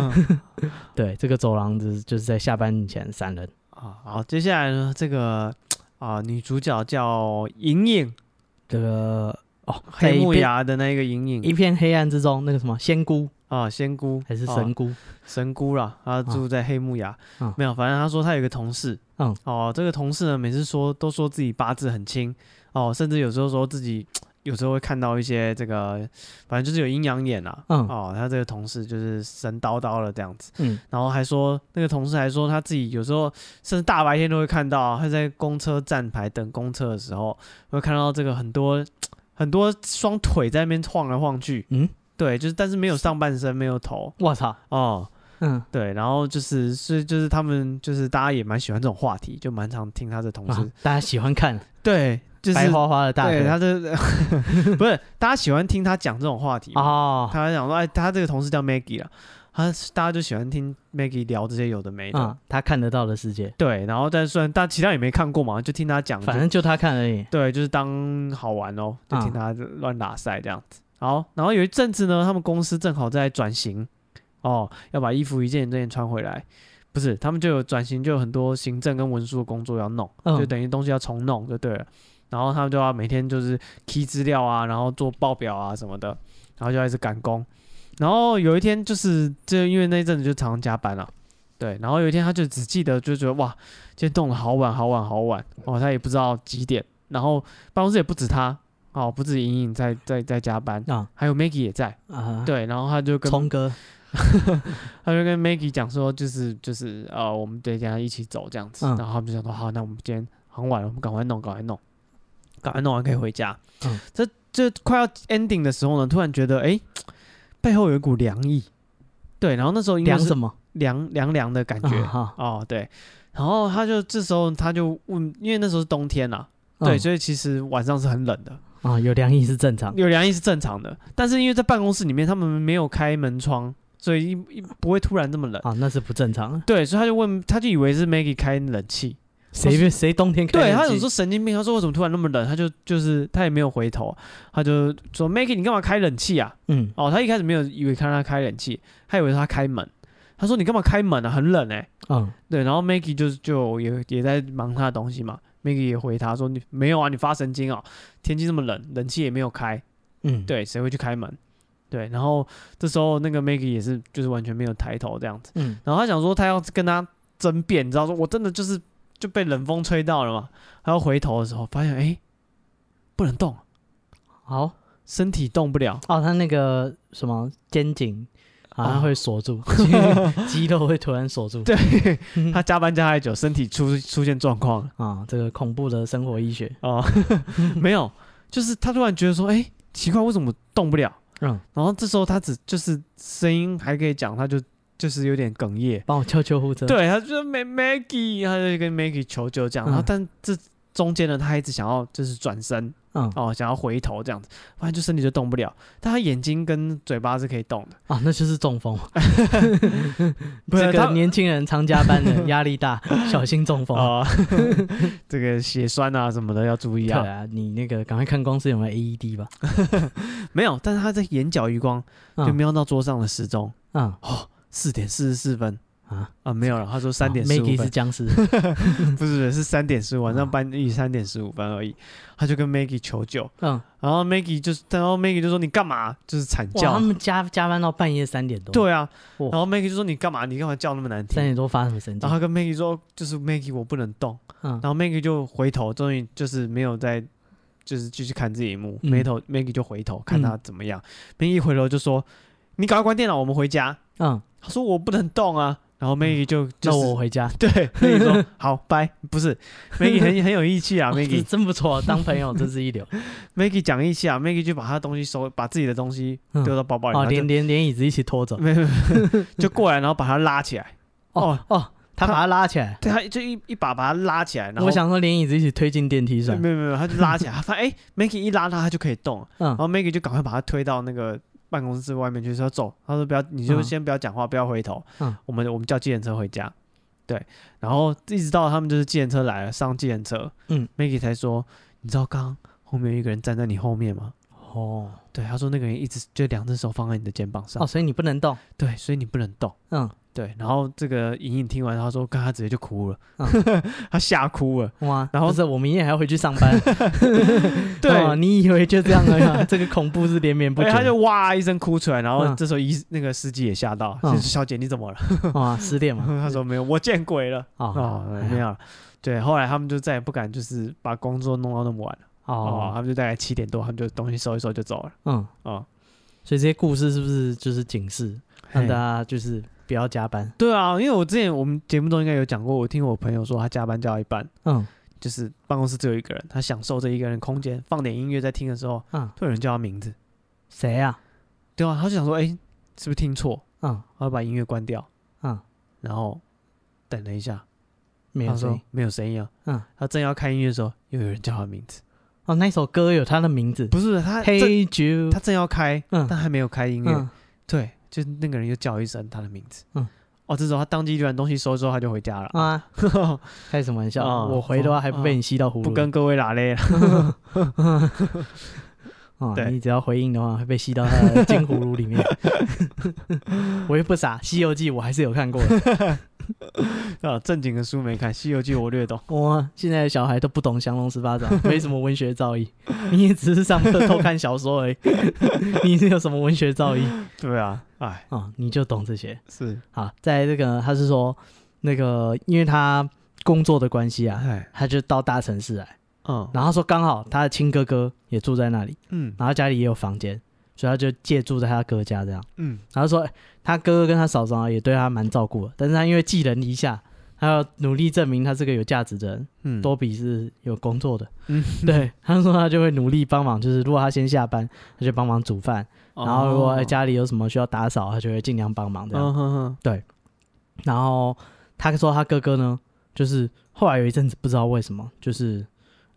S2: 对，这个走廊就是就是在下班以前闪人。
S1: 啊，好，接下来呢，这个啊，女主角叫莹莹，
S2: 这个哦，在
S1: 黑
S2: 一
S1: 木
S2: 片
S1: 崖的那个莹莹
S2: 一片黑暗之中，那个什么仙姑
S1: 啊，仙姑
S2: 还是
S1: 啊
S2: 神姑？
S1: 神姑啦，她住在黑木崖，
S2: 嗯
S1: 没有，反正她说她有一个同事，
S2: 嗯，
S1: 哦，这个同事呢，每次说都说自己八字很轻，哦，甚至有时候说自己有时候会看到一些这个，反正就是有阴阳眼啊，
S2: 嗯
S1: 哦，他这个同事就是神叨叨了这样子，
S2: 嗯
S1: 然后还说那个同事还说他自己有时候甚至大白天都会看到啊、他在公车站牌等公车的时候，会看到这个很多很多双腿在那边晃来晃去，
S2: 嗯，
S1: 对，就是但是没有上半身，没有头
S2: 我操，
S1: 哦。
S2: 嗯
S1: 对，然后就是是就是他们就是大家也蛮喜欢这种话题，就蛮常听他的同事，
S2: 啊，大家喜欢看
S1: 对，就是
S2: 白花花的大
S1: 对
S2: 腿
S1: 他的 不是大家喜欢听他讲这种话题嘛，
S2: 哦，
S1: 他讲说哎，他这个同事叫 Maggie 啦，他大家就喜欢听 Maggie 聊这些有的没的，
S2: 嗯，他看得到的世界，
S1: 对，然后但虽然但其他也没看过嘛，就听他讲，
S2: 反正就他看而已。
S1: 对，就是当好玩哦，就
S2: 嗯
S1: 听他乱拉塞这样子。好，然后有一阵子呢，他们公司正好在转型，哦，要把衣服一件一件穿回来。不是，他们就有转型，就有很多行政跟文书的工作要弄，
S2: 嗯
S1: 就等于东西要重弄就对了。然后他们就要每天就是 key 资料啊，然后做报表啊什么的，然后就要一直赶工。然后有一天就是，就因为那一阵子就常常加班了、对。然后有一天他就只记得就觉得哇，今天弄了好晚好晚好晚，哦，他也不知道几点。然后办公室也不止他，哦，不止莹莹在在在加班，
S2: 啊
S1: 还有 Maggie 也在。
S2: 啊，，
S1: 对，然后他就跟
S2: 聪哥，
S1: 他就跟 Maggie 讲说，就是就是呃，我们等一下一起走这样子。
S2: 嗯
S1: 然后他们就想说，好，那我们今天很晚了，我们赶快弄，赶快弄，赶快弄完可以回家。
S2: 嗯
S1: 这这快要 ending 的时候呢，突然觉得哎、背后有一股凉意。对，然后那时候应该
S2: 凉
S1: 是
S2: 什么？
S1: 凉凉凉的感觉、
S2: 啊哈，
S1: 哦，对。然后他就这时候他就问，因为那时候是冬天啦、对，
S2: 嗯
S1: 所以其实晚上是很冷的，
S2: 啊，有凉意是正常。
S1: 有凉意是正常的。但是因为在办公室里面，他们没有开门窗，所以一一不会突然这么冷。
S2: 啊，那是不正常的。
S1: 对，所以他就问，他就以为是 Maggie 开冷气。
S2: 谁谁冬天开冷
S1: 对
S2: 气？
S1: 他有说神经病，他说为什么突然那么冷？他就就是他也没有回头，他就说 Maggie 你干嘛开冷气啊？
S2: 嗯，
S1: 哦，他一开始没有以为看他开冷气，他以为是他开门。他说你干嘛开门啊？很冷哎、
S2: 嗯
S1: 对，然后 Maggie 就就也也在忙他的东西嘛。Maggie 也回他说你没有啊，你发神经哦，天气这么冷，冷气也没有开。
S2: 嗯，，
S1: 对，谁会去开门？对，然后这时候那个 Maggie 也是，就是完全没有抬头这样子。
S2: 嗯
S1: 然后他想说，他要跟他争辩，你知道，说我真的就是就被冷风吹到了嘛。他要回头的时候，发现哎、诶不能动，
S2: 好
S1: 身体动不了。
S2: 哦，他那个什么肩颈
S1: 哦
S2: 啊，它会 锁住，肌肉会突然锁住。
S1: 对他加班加太久，身体出出现状况了
S2: 啊，这个恐怖的生活医学。
S1: 哦， 没有，就是他突然觉得说，哎、奇怪，为什么动不了？
S2: 嗯，
S1: 然后这时候他只就是声音还可以讲，他就就是有点哽咽。
S2: 帮我叫救护车。，
S1: 对，他就说 Ma- Maggie，他就跟 Maggie 求救这样，
S2: 嗯
S1: 然后但这中间呢，他一直想要就是转身
S2: 嗯
S1: 哦，想要回头这样子，反正就身体就动不了，但他眼睛跟嘴巴是可以动的。
S2: 啊，那就是中风。
S1: 不是啊
S2: 这
S1: 他
S2: 个年轻人常加班的，压力 大，小心中风。
S1: 哦， 这个血栓啊什么的要注意
S2: 对
S1: 啊。
S2: 啊，你那个赶快看公司有没有 AED 吧。
S1: 没有，但是他在眼角余光就
S2: 嗯
S1: 瞄到桌上的时钟，
S2: 嗯，
S1: 四点四十四分。
S2: 啊，
S1: 啊，没有了。他说三点十五
S2: Maggie 啊
S1: 分
S2: 是，僵尸，
S1: 不是是三点十五，晚上班一三点十五分而已。他就跟 Maggie 求救，
S2: 嗯，
S1: 然后 Maggie 就是，然后 Maggie 就说你干嘛？就是惨
S2: 哇，他
S1: 叫。
S2: 们加加班到半夜三点多，，
S1: 对啊，
S2: 哇
S1: 然后 Maggie 就说你干嘛？你干嘛叫那么难
S2: 三
S1: 听？
S2: 点多发什么神
S1: 然
S2: 经？
S1: 后他跟 Maggie 说，就是 Maggie 我不能动。
S2: 嗯，
S1: 然后 Maggie 就回头，终于就是没有再就是继续看自己荧幕。
S2: 嗯
S1: 眉头 Maggie 就回头看他怎么样。Maggie 一回头就说：“你赶快关电脑，我们回家。
S2: 嗯，”
S1: 他说：“我不能动啊。”然后 Maggie 就就
S2: 那
S1: 是
S2: 我回家。
S1: 对 Maggie 说：“好，拜。”不是 Maggie 很很有义气 啊
S2: 这
S1: ，Maggie
S2: 真不错，当朋友真是 一流。
S1: Maggie 讲义气啊，Maggie 就把他东西收，把自己的东西
S2: 嗯
S1: 丢到包包里，
S2: 哦，
S1: 然后就
S2: 连连连椅子一起拖走。
S1: 没有没有，没有就过来，然后把他拉起来。
S2: 哦哦，他把他拉起来。
S1: 对，他就一一把把他拉起来，然后
S2: 我想说连椅子一起推进电梯上。
S1: 没有没有，他就拉起来，他发现哎、Maggie 一拉他，他就可以动了。
S2: 嗯
S1: 然后 Maggie 就赶快把他推到那个办公室外面去，说走。他说不要，你就
S2: 嗯
S1: 先不要讲话，不要回头。
S2: 嗯
S1: 我们我们叫计程车回家。对，然后一直到他们就是计程车来了，上计程车，
S2: 嗯
S1: ，Maggie 才说，你知道刚刚后面有一个人站在你后面吗？
S2: 哦
S1: 对，他说那个人一直就两只手放在你的肩膀上，
S2: 哦，所以你不能动。
S1: 对，所以你不能动。
S2: 嗯，
S1: 对，然后这个莹莹听完，她说，刚她直接就哭了，
S2: 嗯哦
S1: 她吓哭了。
S2: 哇，
S1: 然后
S2: 不是我明天还要回去上班。
S1: 对，
S2: 哦你以为就这样了呀？ 这个恐怖是连绵不
S1: 而且
S2: 绝。
S1: 他就 哇一声哭出来，然后
S2: 嗯
S1: 这时候医、那个司机也吓到，
S2: 嗯
S1: 就是小姐你怎么了？
S2: 哇十点哦 嘛。
S1: 他说没有，我见鬼了
S2: 哦
S1: 哦，
S2: 哎
S1: 没
S2: 呀
S1: 有了。对，后来他们就再也不敢就是把工作弄到那么晚了哦，
S2: 哦
S1: 他们就大概七点多，他们就东西收一收就走了
S2: 嗯，
S1: 哦。
S2: 所以这些故事是不是就是警示，让
S1: 嘿
S2: 大家就是不要加班？
S1: 对啊，因为我之前我们节目中应该有讲过，我听我朋友说他加班加到一半，
S2: 嗯
S1: 就是办公室只有一个人，他享受这一个人空间，放点音乐在听的时候，
S2: 嗯，
S1: 突然有人叫他名字，
S2: 谁呀？
S1: 对啊，他就想说，哎、是不是听错？
S2: 嗯
S1: 然后把音乐关掉，
S2: 嗯，
S1: 然后等了一下，
S2: 没
S1: 他
S2: 有
S1: 说
S2: 谁。
S1: 没有声音啊。
S2: 嗯，
S1: 他正要开音乐的时候，又有人叫他名字。
S2: 哦，那首歌有他的名字。
S1: 不是他正
S2: Hey Jude。
S1: 他正要开，
S2: 嗯
S1: 但还没有开音乐。
S2: 嗯
S1: 对，就那个人又叫一声他的名字。
S2: 嗯，
S1: 哦，这时候他当机立断，东西收一收，他就回 家了。
S2: 啊，开什么玩笑？
S1: 啊
S2: 我回的话还不被你吸到葫芦？
S1: 不跟各位拉嘞了。
S2: 啊，
S1: 对
S2: 你只要回应的话，会被吸到他的金葫芦里面。 我又不傻，《西游记》我还是有看过的。
S1: 啊， 正经的书没看，《西游记》我略懂。
S2: 哇，现在的小孩都不懂降龙十八掌， 没什么文学造诣。你也只是上课偷看小说而已， 你是有什么文学造诣
S1: 对啊， 哎，
S2: 啊？你就懂这些。
S1: 是，
S2: 好，在这个他是说，那个因为他工作的关系啊，
S1: 哎，
S2: 他就到大城市来，
S1: 嗯
S2: 然后他说刚好他的亲哥哥也住在那里。
S1: 嗯
S2: 然后家里也有房间，所以他就借住在他哥家这样。
S1: 嗯，
S2: 然后说哎他哥哥跟他嫂嫂啊也对他蛮照顾的，但是他因为寄人篱下，他要努力证明他是个有价值的人。
S1: 嗯，
S2: 多比是有工作的，
S1: 嗯，
S2: 对，他说他就会努力帮忙，就是如果他先下班，他就帮忙煮饭，
S1: 哦，
S2: 然后如果哎家里有什么需要打扫，他就会尽量帮忙这样。
S1: 嗯哼哼，
S2: 然后他说他哥哥呢，就是后来有一阵子不知道为什么，就是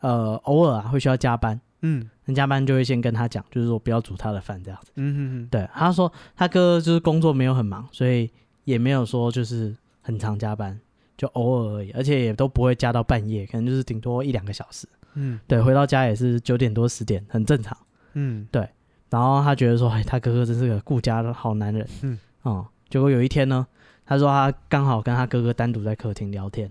S2: 呃偶尔啊会需要加班，
S1: 嗯
S2: 那加班就会先跟他讲，就是说不要煮他的饭这样子。
S1: 嗯哼哼，
S2: 对，他说他哥就是工作没有很忙，所以也没有说就是很常加班，就偶尔而已，而且也都不会加到半夜，可能就是顶多一两个小时。
S1: 嗯
S2: 对，回到家也是九点多十点，很正常。
S1: 嗯
S2: 然后他觉得说，哎，他哥哥真是个顾家的好男人。
S1: 嗯
S2: 嗯，哦、结果有一天呢，他说他刚好跟他哥哥单独在客厅聊天，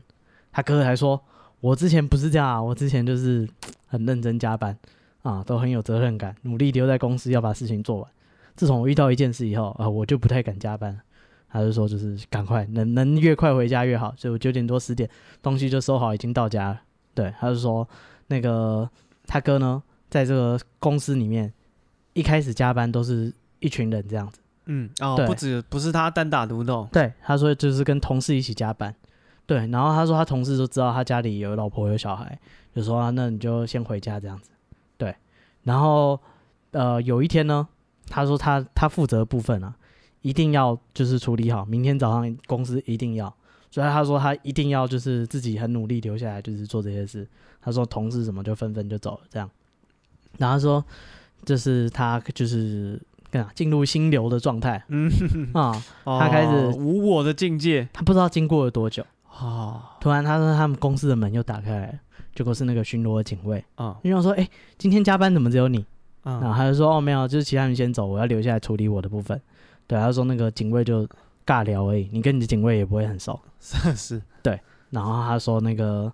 S2: 他哥哥还说，我之前不是这样啊，我之前就是嘖很认真加班啊，都很有责任感，努力留在公司要把事情做完。自从我遇到一件事以后，啊、我就不太敢加班了。他就说，就是赶快能能越快回家越好，所以我九点多十点东西就收好，已经到家了。对，他就说那个他哥呢，在这个公司里面一开始加班都是一群人这样子。
S1: 嗯，哦，
S2: 对
S1: 不止不是他单打独斗，
S2: 对，他说就是跟同事一起加班。对，然后他说他同事都知道他家里有老婆有小孩，就说啊，那你就先回家这样子。对，然后呃有一天呢，他说他他负责的部分啊，一定要就是处理好，明天早上公司一定要。所以他说他一定要就是自己很努力留下来，就是做这些事。他说同事什么就纷纷就走了这样。然后他说就是他就是跟啊进入心流的状态
S1: 嗯，
S2: 啊、
S1: 哦
S2: 他开始
S1: 无我的境界
S2: 他不知道经过了多久，
S1: 哦，
S2: 突然他说他们公司的门又打开来了，结果是那个巡逻的警卫。
S1: 啊
S2: 因为我说：“哎、今天加班怎么只有你？”然
S1: 啊
S2: 后他就说：“哦，没有，就是其他人先走，我要留下来处理我的部分。”对，他就说那个警卫就尬聊而已，你跟你的警卫也不会很熟。
S1: 是是，
S2: 然后他说那个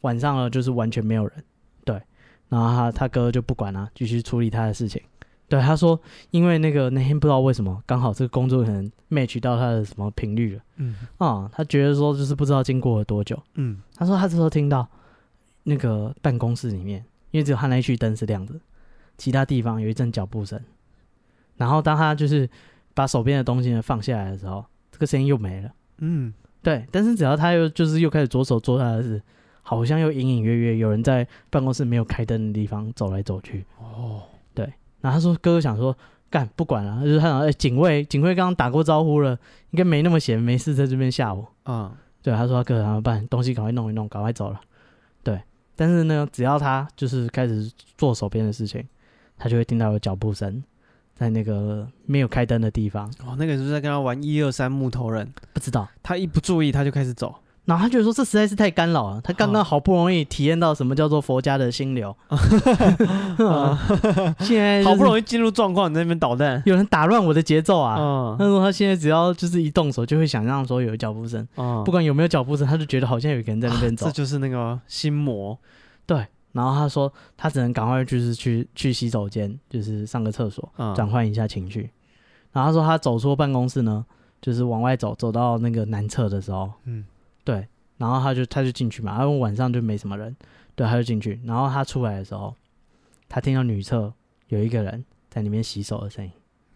S2: 晚上了就是完全没有人，对，然后他他哥就不管了、啊继续处理他的事情。对，他说因为那个那天不知道为什么，刚好这个工作可能 match 到他的什么频率了
S1: 嗯
S2: 啊、他觉得说就是不知道经过了多久，
S1: 嗯
S2: 他说他这时候听到那个办公室里面，因为只有他那一区灯是亮着，其他地方有一阵脚步声。然后当他就是把手边的东西呢放下来的时候，这个声音又没了。
S1: 嗯，
S2: 对，但是只要他又就是又开始着手做他的事，好像又隐隐约约有人在办公室没有开灯的地方走来走去。
S1: 哦，
S2: 然后他说哥哥想说干不管了，就是他想哎、警卫警卫刚刚打过招呼了，应该没那么闲，没事在这边吓我。
S1: 嗯
S2: 对，他说他哥哥他们办东西赶快弄一弄，赶快走了。对，但是呢，只要他就是开始做手边的事情，他就会听到有脚步声，在那个没有开灯的地方，
S1: 哦，那个人是在跟他玩一二三木头人，
S2: 不知道。
S1: 他一不注意他就开始走，
S2: 然后他觉得说这实在是太干扰了，他刚
S1: 哦
S2: 刚好不容易体验到什么叫做佛家的心 流，现在
S1: 好不容
S2: 易
S1: 易进入状况，你在那边捣蛋，
S2: 有人打乱我的节奏啊。他
S1: 嗯
S2: 说他现在只要就是一动手就会想象说有脚步声，
S1: 嗯
S2: 不管有没有脚步声，他就觉得好像有一个人在那边 走
S1: 这。就是那个心魔，
S2: 然后他说他只能赶快就是去去洗手间，就是上个厕所，
S1: 嗯
S2: 转换一下情绪。然后他说他走出办公室呢，就是往外走，走到那个南侧的时候，
S1: 嗯
S2: 对，然后他就他就进去嘛，因为晚上就没什么人，对，他就进去。然后他出来的时候，他听到女厕有一个人在里面洗手的声音，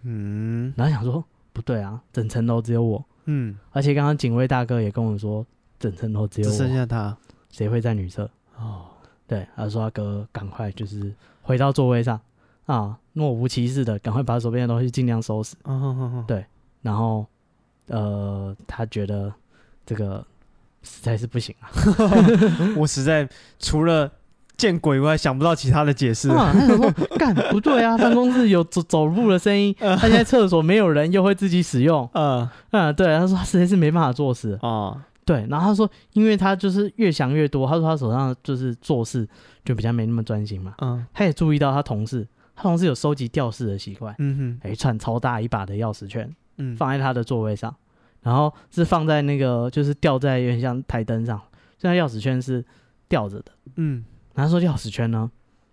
S1: 嗯
S2: 然后想说不对啊，整层楼只有我，
S1: 嗯，
S2: 而且刚刚警卫大哥也跟我说，整层楼只
S1: 只
S2: 有
S1: 剩
S2: 我，
S1: 下他
S2: 谁会在女厕？
S1: 哦，
S2: 对，他说他哥赶快就是回到座位上啊，若无其事的赶快把手边的东西尽量收拾。
S1: 哦哦
S2: 对然后呃，他觉得这个实在是不行啊，
S1: 哦 我实在除了见鬼以外想不到其他的解释，
S2: 啊他想 说干不对啊，办公室有走走路的声音，他现在厕所没有人，又会自己使用，
S1: 嗯
S2: 啊，对，他说他实在是没办法做事，
S1: 哦
S2: 对，然后他说，因为他就是越想越多，他说他手上就是做事就比较没那么专心嘛，
S1: 嗯
S2: 他也注意到他同事，他同事有收集吊饰的习惯，
S1: 嗯哼
S2: 有一串超大一把的钥匙圈，
S1: 嗯
S2: 哎放在他的座位上，然后是放在那个就是吊在有点像台灯上，就像钥匙圈是吊着的。
S1: 嗯
S2: 然后说钥匙圈呢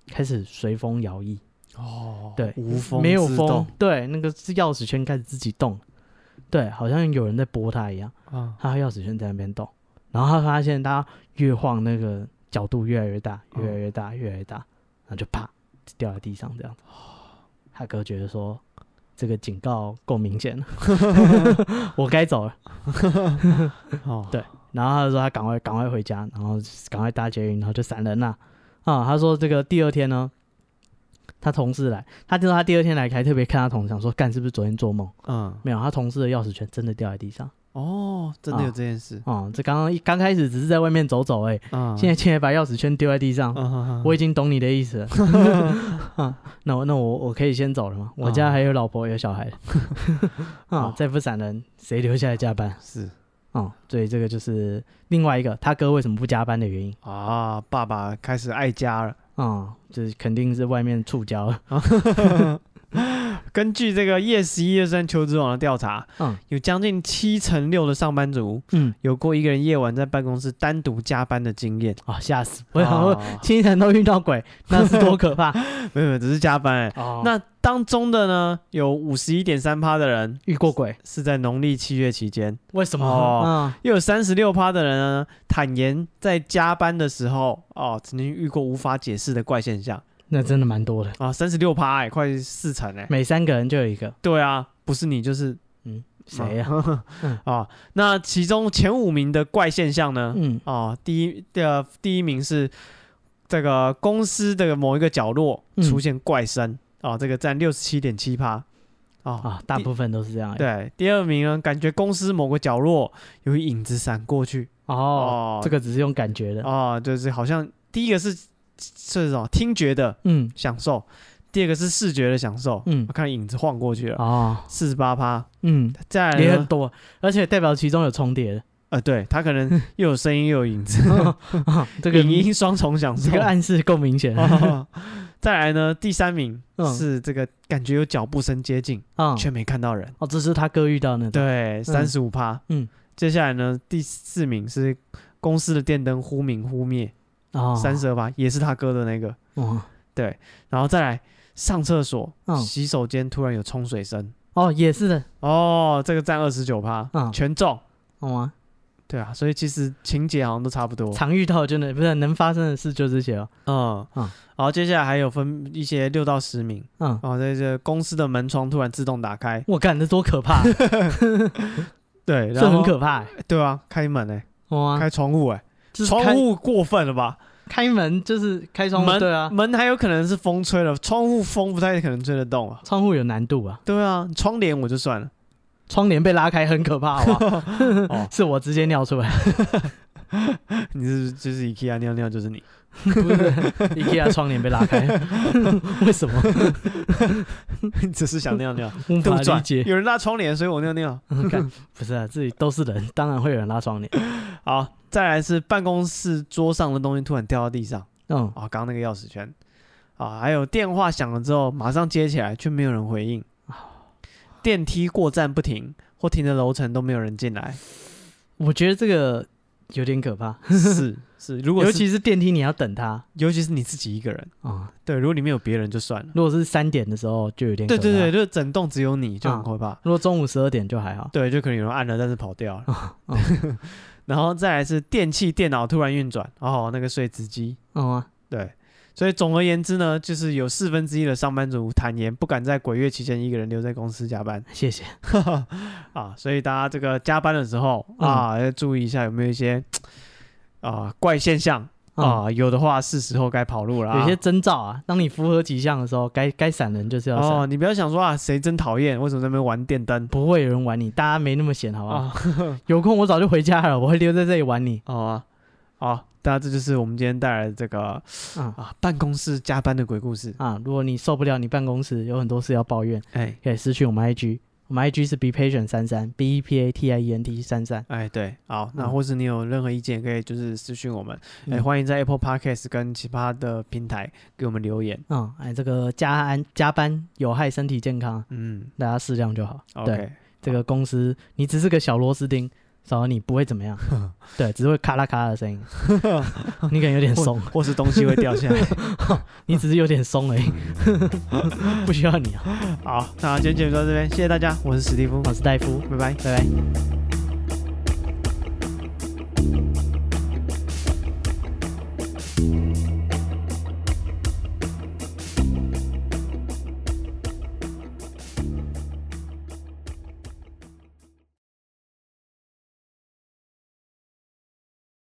S2: 开始随风摇曳，
S1: 哦
S2: 对
S1: 无风
S2: 没有
S1: 自
S2: 风
S1: 动，
S2: 对，那个是钥匙圈开始自己动，对，好像有人在拨它一样，
S1: 啊
S2: 他钥匙圈在那边动，然后他发现他越晃那个角度越来越大，越来越大，越来越大，然后就啪掉在地上这样子。他哥觉得说这个警告够明显了， 我该走了。
S1: 哦
S2: 对然后他就说他赶快赶快回家，然后赶快搭捷运，然后就闪人啦、啊。他说这个第二天呢，他同事来，他就说他第二天来还特别看他同事，想说干是不是昨天做梦？
S1: 嗯
S2: 没有，他同事的钥匙圈真的掉在地上。
S1: 哦真的有这件事
S2: 哦、这刚刚一刚开始只是在外面走走、欸，哎、
S1: 啊
S2: 现在现在把钥匙圈丢在地上，
S1: 嗯
S2: 我已经懂你的 意思了。啊，那我那我我可以先走了吗？我家还有老婆有小 孩。啊、
S1: 啊哦
S2: 再不闪人，谁留下来加班？
S1: 是
S2: 哦、所以这个就是另外一个他哥为什么不加班的原因。
S1: 啊爸爸开始爱家了。
S2: 啊、就是肯定是外面触礁了。
S1: 根据这个 Yes 一二三求职网的调查，
S2: 嗯
S1: 有将近七成六的上班族
S2: 嗯，
S1: 有过一个人夜晚在办公室单独加班的经验。
S2: 啊、吓死！我想 说，
S1: 啊
S2: 清晨都遇到鬼，那是多 可怕！
S1: 没有没有，只是加班哎、
S2: 哦 那
S1: 那当中的呢，有五十一点三趴的人
S2: 遇过鬼，
S1: 是在农历七月期间，
S2: 为什么？
S1: 哦
S2: 哦、
S1: 又有三十六趴的人呢坦言在加班的时候哦，曾经遇过无法解释的怪现象
S2: 那真的蛮多的，
S1: 啊，三十六趴哎，快四成哎、
S2: 每三个人就有一个。
S1: 对啊，不是你就是
S2: 谁呀、 嗯
S1: 啊，那其中前五名的怪现象呢？
S2: 嗯，
S1: 哦，第一的、呃第一名是这个公司的某一个角落
S2: 嗯
S1: 出现怪声啊、哦，这个占六十七点七趴啊。
S2: 啊，大部分都是这样。，
S1: 对，第二名呢，感觉公司某个角落有影子闪过去
S2: 哦，
S1: 哦
S2: 这个只是用感觉的。
S1: 哦，就是好像第一个是是什么听觉的
S2: 嗯
S1: 享受，第二个是视觉的享受，
S2: 嗯
S1: 我，看影子晃过去了，
S2: 哦，
S1: 四十八趴。
S2: 嗯，
S1: 再来
S2: 也
S1: 呢
S2: 很多，而且代表其中有重叠 的。
S1: 呃，对他可 能又有 声音又有影子，
S2: 哦这个
S1: 影音双重享受
S2: 这。个暗示够明显。
S1: 哦再来呢，第三名
S2: 嗯
S1: 是这个感觉有脚步声接近，
S2: 啊、
S1: 却没看到人。
S2: 哦，这是他哥遇到的那种，
S1: 对，三十五趴。
S2: 嗯，
S1: 接下来呢，第四名是公司的电灯忽明忽灭，
S2: 哦，
S1: 三十二趴，也是他哥的那个。
S2: 哦，
S1: 然后再来上厕所、
S2: 嗯
S1: 洗手间突然有冲水声，
S2: 哦，也是的，
S1: 哦，这个占二十九趴，
S2: 嗯
S1: 全中。
S2: 好吗？
S1: 对啊，所以其实情节好像都差不多。
S2: 常遇到真的不是能发生的事就这些哦。
S1: 嗯，
S2: 嗯
S1: 然后接下来还有分一些六到十名，
S2: 嗯，
S1: 然后在这公司的门窗突然自动打开，
S2: 我干，这多 可怕，
S1: 对，然
S2: 这
S1: 后
S2: 很可怕欸，
S1: 对啊，开门哎、
S2: 哇，
S1: 开窗户哎、
S2: 就是
S1: 窗
S2: 开
S1: 户过分了吧？
S2: 开门就是开窗户，
S1: 门
S2: 对啊，
S1: 门还有可能是风吹了，窗户风不太可能吹得动啊。
S2: 窗户有难度啊，
S1: 对啊，窗帘我就算了，
S2: 窗帘被拉开很可怕，好不好？
S1: 哦
S2: 是我直接尿出来，
S1: 你是就是 IKEA 尿尿就是你，
S2: 不是 IKEA 窗帘被拉开，为什么
S1: 你只是想 尿尿，
S2: 无
S1: 杜
S2: 法理
S1: 撰
S2: 解？
S1: 有人拉窗帘，所以我尿尿。
S2: 干不是啊，自己都是人，当然会有人拉窗帘。
S1: 好，再来是办公室桌上的东西突然掉到地上，
S2: 嗯，
S1: 啊、刚刚那个钥匙圈，啊、还有电话响了之后马上接起来，却没有人回应，电梯过站不停，或停的楼层都没有人进 来，
S2: 我觉得这个有点可怕，
S1: 是是，如果
S2: 尤
S1: 尤其
S2: 其是电梯你要等它啊、
S1: 尤其是你自己一个人，
S2: 嗯
S1: 对，如果里面有别人就算了，
S2: 如果是三点的时候就有点可
S1: 对
S2: 怕。
S1: 对对，就是整栋只有你就很可怕。
S2: 如果中午十二点就还好。
S1: 对，就可能有人按了，但是跑掉了。
S2: 啊、嗯，
S1: 然后再来是电器、电脑突然运转，哦，那个碎纸机。
S2: 嗯啊，
S1: 对，所以总而言之呢，就是有四分之一的上班族坦言不敢在鬼月期间一个人留在公司加班。
S2: 谢谢。
S1: 啊，所以大家这个加班的时候
S2: 嗯
S1: 啊，要注意一下有没有一些啊怪现象
S2: 啊、
S1: 啊，有的话是时候该跑路了啊。
S2: 有些征兆啊，当你符合几项的时候，该该闪人就是要闪，
S1: 哦，你不要想说啊，谁真讨厌，为什么在那边玩电灯
S2: 不会有人玩你，大家没那么闲，好不好？
S1: 啊？
S2: 有空我早就回家了，我会留在这里玩你。
S1: 哦啊，好，大家这就是我们今天带来的这个
S2: 啊、
S1: 啊办公室加班的鬼故事。
S2: 啊，如果你受不了你办公室有很多事要抱怨，
S1: 哎
S2: 可以私讯我们 IG，我们 IG 是 be patient 三三 b e p a t i e n t 三三。
S1: 哎，对，好，那
S2: 嗯
S1: 或是你有任何意见，可以就是私讯我们，哎，
S2: 嗯
S1: 欢迎在 Apple Podcast 跟其他的平台给我们留言。
S2: 嗯，哎，这个加安加班有害身体健康，
S1: 嗯
S2: 大家适量就好。对，
S1: ，OK，
S2: 这个公司你只是个小螺丝钉，少了你不会怎么样。对，只会咔啦咔啦的声音，你可能有点松，
S1: 或是东西会掉下来。
S2: 你只是有点松而已， 不需要你啊。
S1: 好，那今天节目就到这边，谢谢大家，我是史蒂夫，
S2: 我是戴夫，
S1: 拜拜。
S2: 拜拜。